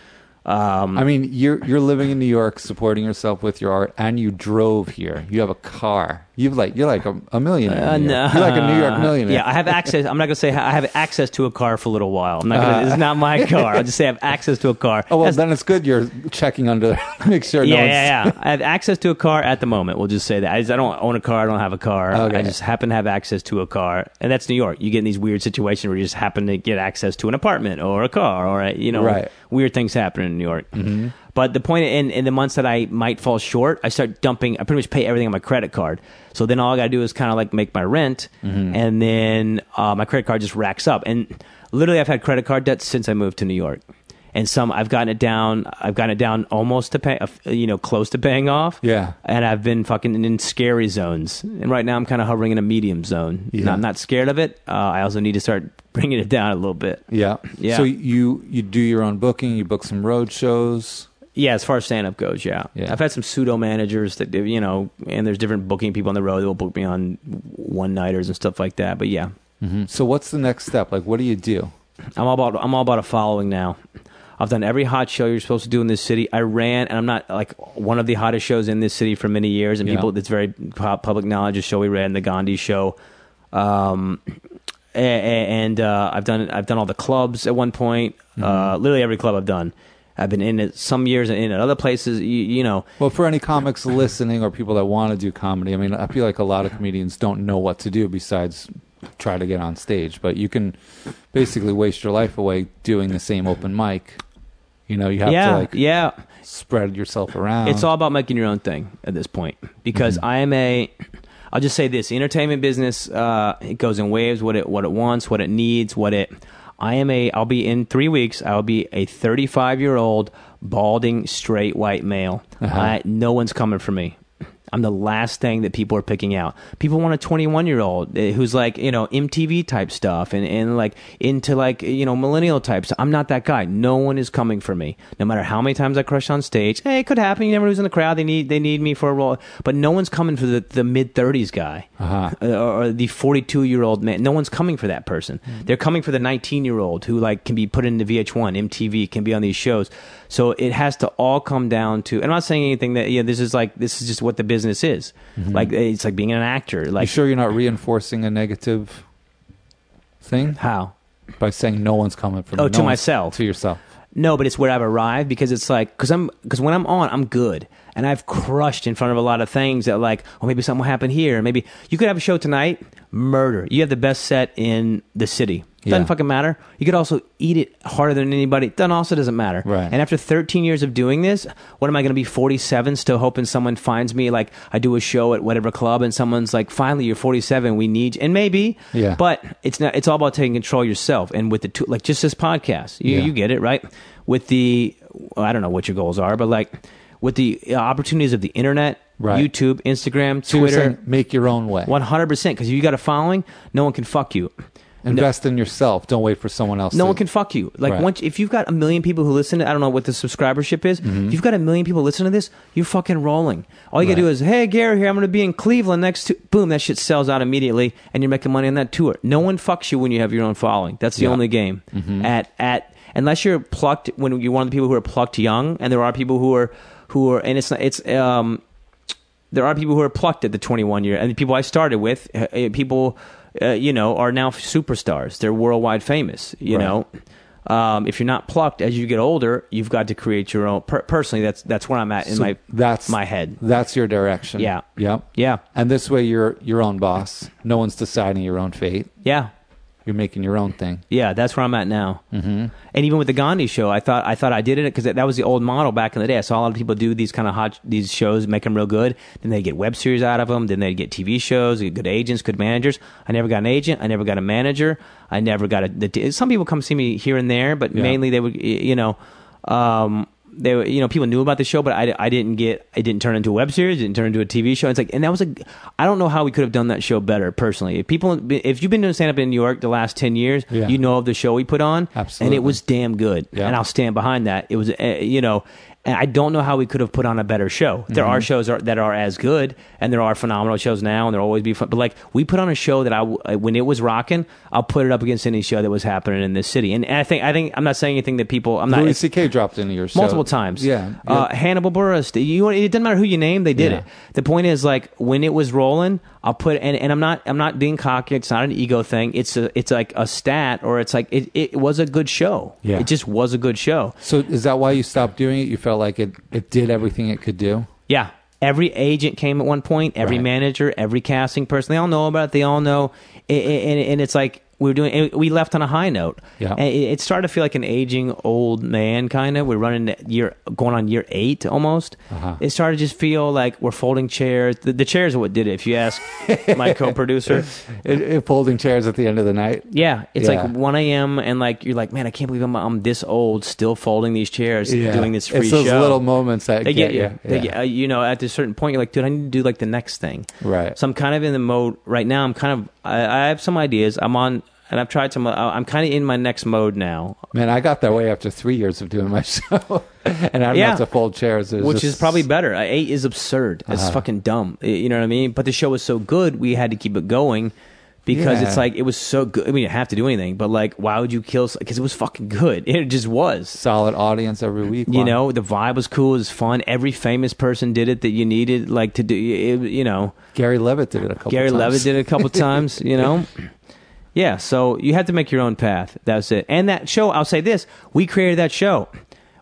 Um, I mean, you're you're living in New York, supporting yourself with your art, and you drove here. You have a car. You've like you're like a, a millionaire. in New York. You're like a New York millionaire. Uh, Yeah, I have access. I'm not gonna say I have access to a car for a little while. I'm not gonna. it's not my car. I'll just say I have access to a car. Uh. oh well, That's- then it's good. You're checking under, *laughs* make sure. no yeah, one's, *laughs* yeah, yeah. I have access to a car at the moment. We'll just say that. I, just, I don't own a car. I don't have a car. Okay. I just happen to have access to a car, and that's New York. You get in these weird situations where you just happen to get access to an apartment or a car, or a, you know, Right. weird things happen in New York. Mm-hmm. But the point in in the months that I might fall short, I start dumping. I pretty much pay everything on my credit card. So then all I got to do is kind of like make my rent, Mm-hmm. and then uh, my credit card just racks up. And literally, I've had credit card debt since I moved to New York. And some I've gotten it down. I've gotten it down almost to pay, you know, close to paying off. Yeah. And I've been fucking in scary zones. And right now I'm kind of hovering in a medium zone. Yeah. I'm not scared of it. Uh, I also need to start *laughs* bringing it down a little bit. yeah, Yeah. So you you do your own booking. You book some road shows. Yeah, as far as stand up goes, yeah. Yeah. I've had some pseudo managers that, do- you know, and there's different booking people on the road that will book me on one nighters and stuff like that. But yeah, So what's the next step? Like, what do you do? I'm all about I'm all about a following now. I've done every hot show you're supposed to do in this city. I ran, and I'm not like one of the hottest shows in this city for many years. And Yeah. people, it's very pu- public knowledge. The show we ran, the Gandhi show, um, a- a- and uh, I've done I've done all the clubs at one point. Mm-hmm. Uh, literally every club I've done. I've been in it some years and in it other places. You, you know, Well, for any *laughs* comics listening or people that want to do comedy, I mean, I feel like a lot of comedians don't know what to do besides try to get on stage. But you can basically waste your life away doing the same open mic. You know, you have yeah, to like uh, yeah. spread yourself around. It's all about making your own thing at this point Mm-hmm. because I am a. I'll just say this: the entertainment business, uh, it goes in waves. What it what it wants, what it needs, what it. I am a. I'll be in three weeks. I'll be a 35 year old balding straight white male. Uh-huh. I, no one's coming for me. I'm the last thing that people are picking out. People want a 21 year old who's like, you know, MTV type stuff and, and like into like, you know, millennial types. I'm not that guy. No one is coming for me. No matter how many times I crush on stage, hey, it could happen. You never lose in the crowd. They need, they need me for a role. But no one's coming for the, the mid 30s guy Uh-huh. uh, or or the 42 year old man. No one's coming for that person. Mm-hmm. They're coming for the 19 year old who like can be put into VH1, MTV, can be on these shows. So it has to all come down to. And I'm not saying anything that yeah, this is like this is just what the business is. Like it's like being an actor. Mm-hmm. you Like sure you're not reinforcing a negative thing how? by saying no one's coming for me? Oh, no to one's- myself. to yourself. No, but it's where I've arrived because it's like because I'm because when I'm on, I'm good, and I've crushed in front of a lot of things that like, oh, maybe something will happen here. Maybe you could have a show tonight, murder. You have the best set in the city. Doesn't Yeah. fucking matter. You could also eat it harder than anybody. Doesn't also doesn't matter. Right. And after 13 years of doing this, what am I going to be 47 still hoping someone finds me? Like I do a show at whatever club, and someone's like, finally, you're 47. We need you. and maybe. Yeah. But it's not. It's all about taking control of yourself and with the two, like just this podcast. You, Yeah. you get it right with the I don't know what your goals are, but like with the uh, opportunities of the internet, Right. YouTube, Instagram, So you're Twitter, saying make your own way. one hundred percent. Because if you got a following, no one can fuck you. Invest in yourself. Don't wait for someone else. No to- one can fuck you. Like Right. once, if you've got a million people who listen, to, I don't know what the subscribership is. If you've got a million people listen to this, you're fucking rolling. All you gotta do Mm-hmm. Right. is, hey, Gary, here I'm gonna be in Cleveland next. To-. Boom, that shit sells out immediately, and you're making money on that tour. No one fucks you when you have your own following. That's the Yeah. Mm-hmm. only game. At at unless you're plucked when you're one of the people who are plucked young, and there are people who are who are, and it's not it's um there are people who are plucked at the 21 year and the people i started with uh, uh, people uh, you know are now superstars they're worldwide famous you Right. know um, if you're not plucked as you get older you've got to create your own per- personally that's that's where i'm at in So my that's my head That's your direction. Yeah. Yep. yeah And this way, you're your own boss. No one's deciding your own fate. yeah You're making your own thing. Yeah, that's where I'm at now. Mm-hmm. And even with the Gandhi show, I thought I thought I did it because that was the old model back in the day. I saw a lot of people do these kind of hot these shows, make them real good. Then they get web series out of them. Then they get TV shows, get good agents, good managers. I never got an agent. I never got a manager. I never got a. The, t- some people come see me here and there, but Yeah. mainly they would y- you know. Um, they were, you know, people knew about the show, but I, I didn't get, it didn't turn into a web series, it didn't turn into a TV show. It's like, and that was a, I don't know how we could have done that show better personally. If people, if you've been doing stand up in New York the last 10 years, Yeah. you know of the show we put on. And Absolutely. it was damn good. Yeah. And I'll stand behind that. It was, uh, you know, and I don't know how we could have put on a better show. There Mm-hmm. are shows are, that are as good, and there are phenomenal shows now, and there'll always be fun. But like we put on a show that I, w- uh, when it was rocking, I'll put it up against any show that was happening in this city. And, and I think, I think I'm not saying anything that people, I'm not Louis C.K. dropped into your show multiple times. Yeah, uh, Hannibal Burris. You, it doesn't matter who you name, they did Yeah. it. The point is, like when it was rolling, I'll put and, and I'm not I'm not being cocky. It's not an ego thing. It's a it's like a stat or it's like it, it was a good show. Yeah. it just was a good show. So is that why you stopped doing it? You felt like it, it did everything it could do? Yeah. Every agent came at one point, every Right. manager, every casting person. They all know about it. They all know. I- I- And, and it's like we were doing, and we left on a high note. Yeah. And It it started to feel like an aging old man, kind of. We're running at year, going on year eight almost. Uh-huh. It started to just feel like we're folding chairs. The, the chairs are what did it, if you ask *laughs* my co producer. It, it folding chairs at the end of the night. Yeah, it's Yeah. like 1 a.m. and like you're like, man, I can't believe I'm, I'm this old, still folding these chairs, Yeah. doing this free It's those show. little moments that They get you. They Yeah. get, uh, you know, at a certain point, you're like, dude, I need to do like the next thing. Right. So I'm kind of in the mode right now. I'm kind of, I, I have some ideas. I'm on, and I've tried some, I- I'm kind of in my next mode now, Man, I got that way after three years of doing my *laughs* show, and I don't Yeah. have to fold chairs, There's which just- is probably better. Uh, Eight is absurd. It's Uh-huh. fucking dumb. Y- You know what I mean? But the show was so good, we had to keep it going because Yeah. it's like, it was so good. I mean, you didn't have to do anything, but like, why would you kill? Because it was fucking good. *laughs* It just was. solid audience every week. You Wow. know, the vibe was cool. It was fun. Every famous person did it that you needed, like to do. It, you know, Gary Levitt did it a couple. Gary times. Levitt did it a *laughs* couple times, you know? Yeah, so you have to make your own path. That's it. And that show, I'll say this we created that show.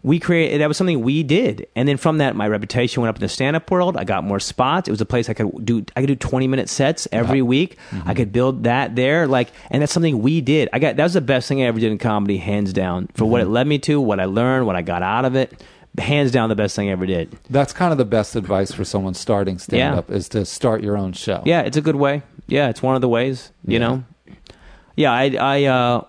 We created that was something we did, and then from that, my reputation went up in the stand-up world. I got more spots. It was a place I could do. I could do twenty-minute sets every week. Mm-hmm. I could build that there, like, and that's something we did. I got that was the best thing I ever did in comedy, hands down, for Mm-hmm. what it led me to, what I learned, what I got out of it. Hands down, the best thing I ever did. That's kind of the best advice for someone starting stand up Yeah. is to start your own show. Yeah, it's a good way. Yeah, it's one of the ways. Yeah. You know. Yeah, I, I, uh,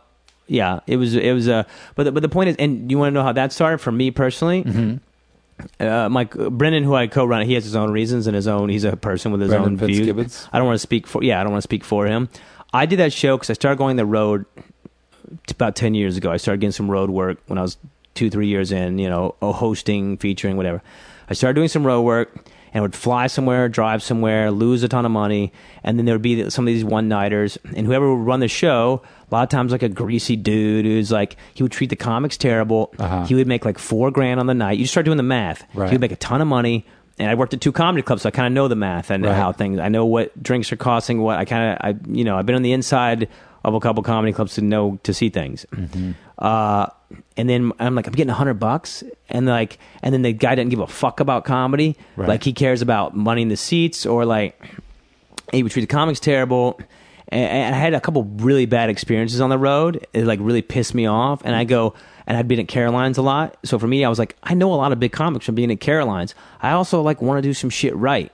yeah, it was, it was. Uh, but the, but the point is, and you want to know how that started for me personally. Mm-hmm. Uh, Mike Brennan, who I co-run, he has his own reasons and his own. He's a person with his Brennan own views. Fitzgibbons? I don't want to speak for. Yeah, I don't want to speak for him. I did that show because I started going the road t- about 10 years ago. I started getting some road work when I was two, three years in, you know, oh, hosting, featuring, whatever. I started doing some road work and would fly somewhere, drive somewhere, lose a ton of money. And then there would be some of these one nighters. And whoever would run the show, a lot of times, like a greasy dude who's like, he would treat the comics terrible. Uh-huh. He would make like four grand on the night. You just start doing the math. Right. He would make a ton of money. And I worked at two comedy clubs, so I kind of know the math and Right. how things. I know what drinks are costing. What I kind of, I you know, I've been on the inside of a couple comedy clubs to know to see things. Uh, and then I'm like, I'm getting a hundred bucks, and like, and then the guy doesn't give a fuck about comedy. Right. Like he cares about money in the seats or like he would treat the comics terrible. And- And I had a couple really bad experiences on the road. It like really pissed me off. And I go, and I'd been at Caroline's a lot. So for me, I was like, I know a lot of big comics from being at Caroline's. I also like want to do some shit right.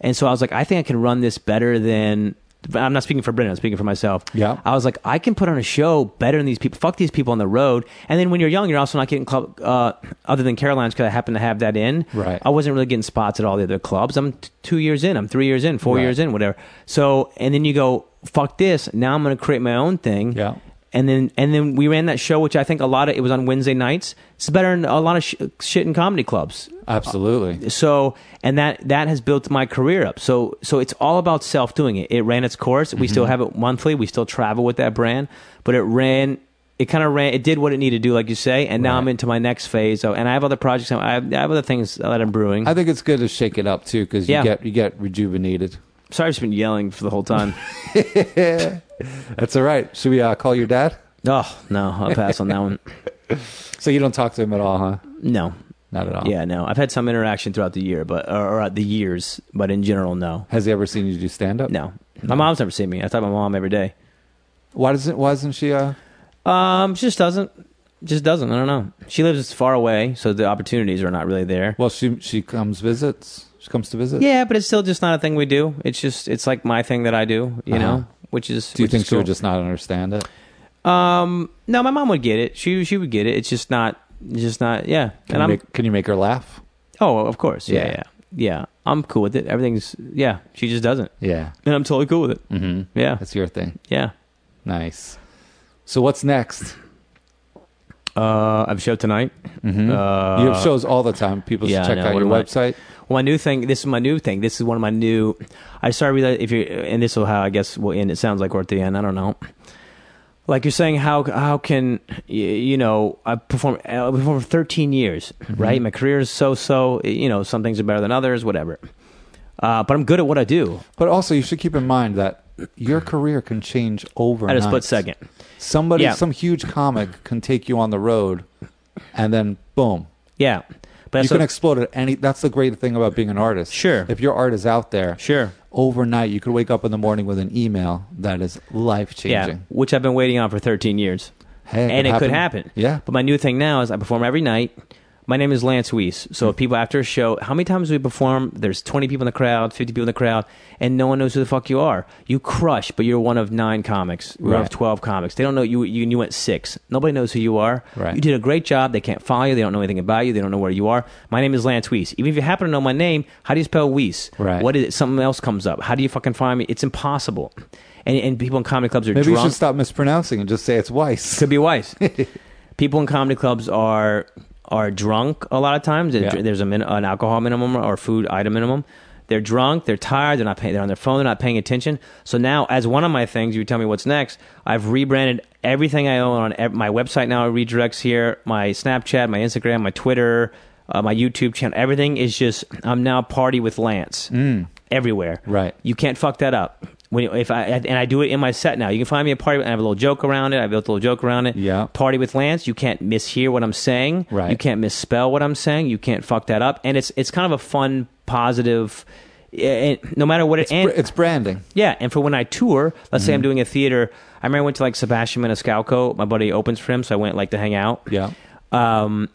And so I was like, I think I can run this better than. I'm not speaking for Brendan. I'm speaking for myself. Yeah. I was like, I can put on a show better than these people. Fuck these people on the road. And then when you're young, you're also not getting club uh, other than Caroline's because I happen to have that in. Right. I wasn't really getting spots at all the other clubs. I'm t- two years in. I'm three years in. Four Right. years in. Whatever. So and then you go fuck this. Now I'm going to create my own thing. Yeah. And then and then we ran that show, which I think a lot of it was on Wednesday nights. It's better than a lot of sh- shit in comedy clubs absolutely. so and that that has built my career up so so it's all about self doing it it ran its course we Mm-hmm. still have it monthly we still travel with that brand but it ran it kind of ran it did what it needed to do like you say and now i'm into my next phase so, and i have other projects I have, I have other things that i'm brewing I think it's good to shake it up too because you Yeah. get you get rejuvenated. sorry i've just been yelling for the whole time That's all right. Should we uh, call your dad? *laughs* oh no i'll pass on that one So you don't talk to him at all, huh? no Not at all. yeah no i've had some interaction throughout the year but or, or the years but in general no Has he ever seen you do stand up? no my mom's never seen me i talk to my mom every day Why doesn't Why isn't she? Uh, Um, she just doesn't. Just doesn't. I don't know. She lives far away, so the opportunities are not really there. well, she she comes visits. She comes to visit. yeah, but it's still just not a thing we do. It's just it's like my thing that I do. You Uh-huh. know, which is. Do you which think is she would cool. just not understand it? Um, no, my mom would get it. She she would get it. It's just not. Just not. Yeah, Can, and you I'm. make, can you make her laugh? oh, of course. Yeah, Yeah. yeah, yeah. I'm cool with it. Everything's. Yeah, she just doesn't, Yeah. and *laughs* I'm totally cool with it. hmm Yeah, That's your thing. yeah. Nice. So what's next? Uh, I have a show tonight. Mhm. Uh, you have shows all the time. People should yeah, I check know. out What your am I- website. Well, my new thing. This is my new thing. This is one of my new. I started realizing if you and this will how I guess we'll end. It sounds like we're at the end. I don't know. Like you're saying, how how can y- you know I perform? I performed for 13 years, right? My career is so so. You know, some things are better than others, whatever. Uh, but I'm good at what I do But also, you should keep in mind that your career can change overnight. at a split second. Somebody, Yeah. some huge comic can take you on the road, and then boom, Yeah, but you so, can explode at any. That's the great thing about being an artist. Sure. if your art is out there, sure. overnight you could wake up in the morning with an email that is life Yeah, changing. which I've been waiting on for 13 years. Hey, and it could happen. Yeah, But my new thing now is I perform every night. My name is Lance Weiss. Hmm. So if people after a show, how many times do we perform? There's 20 people in the crowd, 50 people in the crowd, and no one knows who the fuck you are. You crush, but you're one of nine comics, one Right. of 12 comics. They don't know you, you. You went six. Nobody knows who you are. Right. You did a great job. They can't follow you. They don't know anything about you. They don't know where you are. My name is Lance Weiss. Even if you happen to know my name, how do you spell Weiss? Right. What is it? Something else comes up. How do you fucking find me? It's impossible. And, and people in comedy clubs are maybe drunk. you should stop mispronouncing and just say it's Weiss. Could be Weiss. People in comedy clubs are are drunk a lot of times. There- Yeah. There's a min, an alcohol minimum or food item minimum. They're drunk. They're tired. They're not paying. They're on their phone. They're not paying attention. So now, as one of my things, you tell me what's next. I've rebranded everything I own on ev- my website now. Redirects here. My Snapchat, my Instagram, my Twitter, uh, my YouTube channel. Everything is just. I'm now party with Lance everywhere. Right. You can't fuck that up. When you- if I and I do it in my set now, you can find me a party. I have a little joke around it. I built a little joke around it. Yeah. Party with Lance. You can't mishear what I'm saying. Right. You can't misspell what I'm saying. You can't fuck that up. And it's it's kind of a fun, positive. And no matter what it and, it's branding. yeah, and for when I tour, let's Mm-hmm. say I'm doing a theater. I remember I went to like Sebastian Maniscalco. My buddy opens for him, so I went like to hang out. Yeah. Um,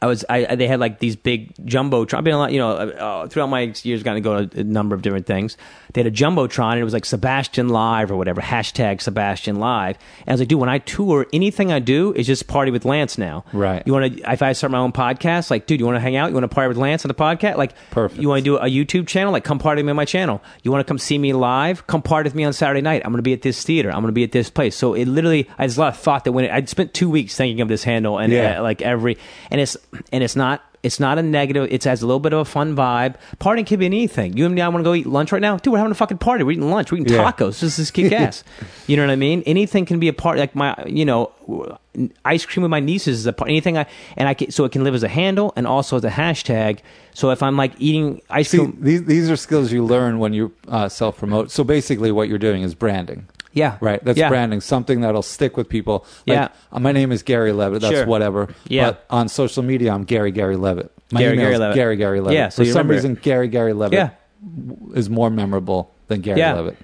I was I I- they had like these big jumbotron. I've been a lot, you know, uh, uh, throughout my years, gotten to go to a number of different things. They had a jumbotron, and it was like Sebastian Live or whatever hashtag Sebastian Live. And I was like, dude, when I tour, anything I do is just party with Lance now. Right. You want to? If I start my own podcast, like, dude, you want to hang out? You want to party with Lance on the podcast? Like, Perfect. You want to do a YouTube channel? Like, come party with me on my channel. You want to come see me live? Come party with me on Saturday night. I'm going to be at this theater. I'm going to be at this place. So it literally, I just a lot of thought that when it, I'd spent two weeks thinking of this handle and Yeah. uh, like every, and it's and it's not. It's not a negative. It has a little bit of a fun vibe. Partying could be anything. You and me, I want to go eat lunch right now. Dude, we're having a fucking party. We're eating lunch. We're eating Yeah. tacos. This is kick ass. you know what I mean? Anything can be a part. Like my, you know, w- ice cream with my nieces is a part. Anything I and I can, so it can live as a handle and also as a hashtag. So if I'm like eating ice See, cream, these these are skills you learn when you uh, self promote. So basically, what you're doing is branding. yeah, Right. That's yeah. branding. Something that'll stick with people. Like, Yeah. uh, My name is Gary Levitt. That's Sure. whatever. Yeah. But on social media, I'm Gary Gary Levitt. My Gary email Gary is Levitt. Gary Gary Levitt. Yeah, so For you some remember it. reason, Gary Gary Levitt Yeah. is more memorable than Gary Yeah. Levitt.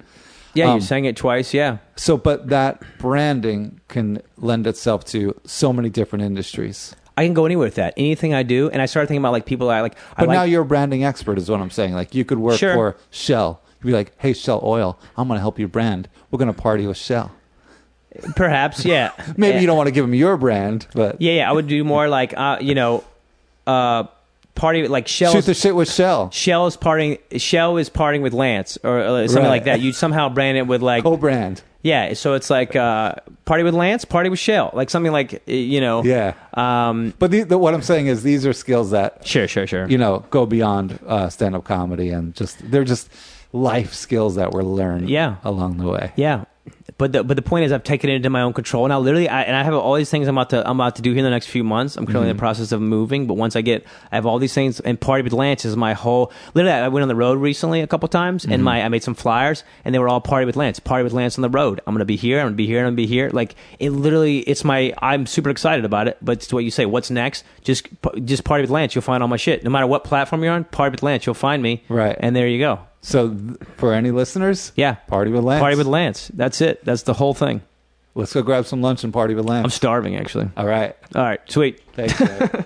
Yeah, Um, you sang it twice. Yeah, So, but that branding can lend itself to so many different industries. I can go anywhere with that. Anything I do, and I started thinking about like people I like. I But like, now you're a branding expert, is what I'm saying. Like you could work Sure. for Shell. You'd be like, "Hey, Shell Oil, I'm going to help you brand. We're going to party with Shell." *laughs* perhaps, yeah. *laughs* Maybe yeah. you don't want to give them your brand, but Yeah, yeah, I would do more like uh, you know, uh, party like Shell. shoot the shit with Shell. Shell is parting. Shell is parting with Lance or uh, something Right. like that. You somehow brand it with like Co-brand. yeah. So it's like uh, party with Lance, party with Shell, like something like uh, you know. Yeah. Um. But the, the, what I'm saying is these are skills that Sure. Sure. Sure. you know go beyond uh, stand-up comedy and just they're just life skills that were learned Yeah. along the way. Yeah. But the but the point is I've taken it into my own control and I literally I, and I have all these things I'm about to I'm about to do here in the next few months. I'm Mm-hmm. currently in the process of moving, but once I get I have all these things and party with Lance is my whole literally I went on the road recently a couple times Mm-hmm. and my I made some flyers and they were all party with Lance, party with Lance on the road. I'm gonna be here, I'm gonna be here, I'm gonna be here. Like it literally it's my I'm super excited about it, but it's what you say, what's next? Just just party with Lance, you'll find all my shit. No matter what platform you're on, party with Lance, you'll find me. Right. And there you go. So, th- for any listeners, Yeah. party with Lance. Party with Lance. That's it. That's the whole thing. Let's go grab some lunch and party with Lance. I'm starving, actually. All right. All right, sweet. Thanks. Eric.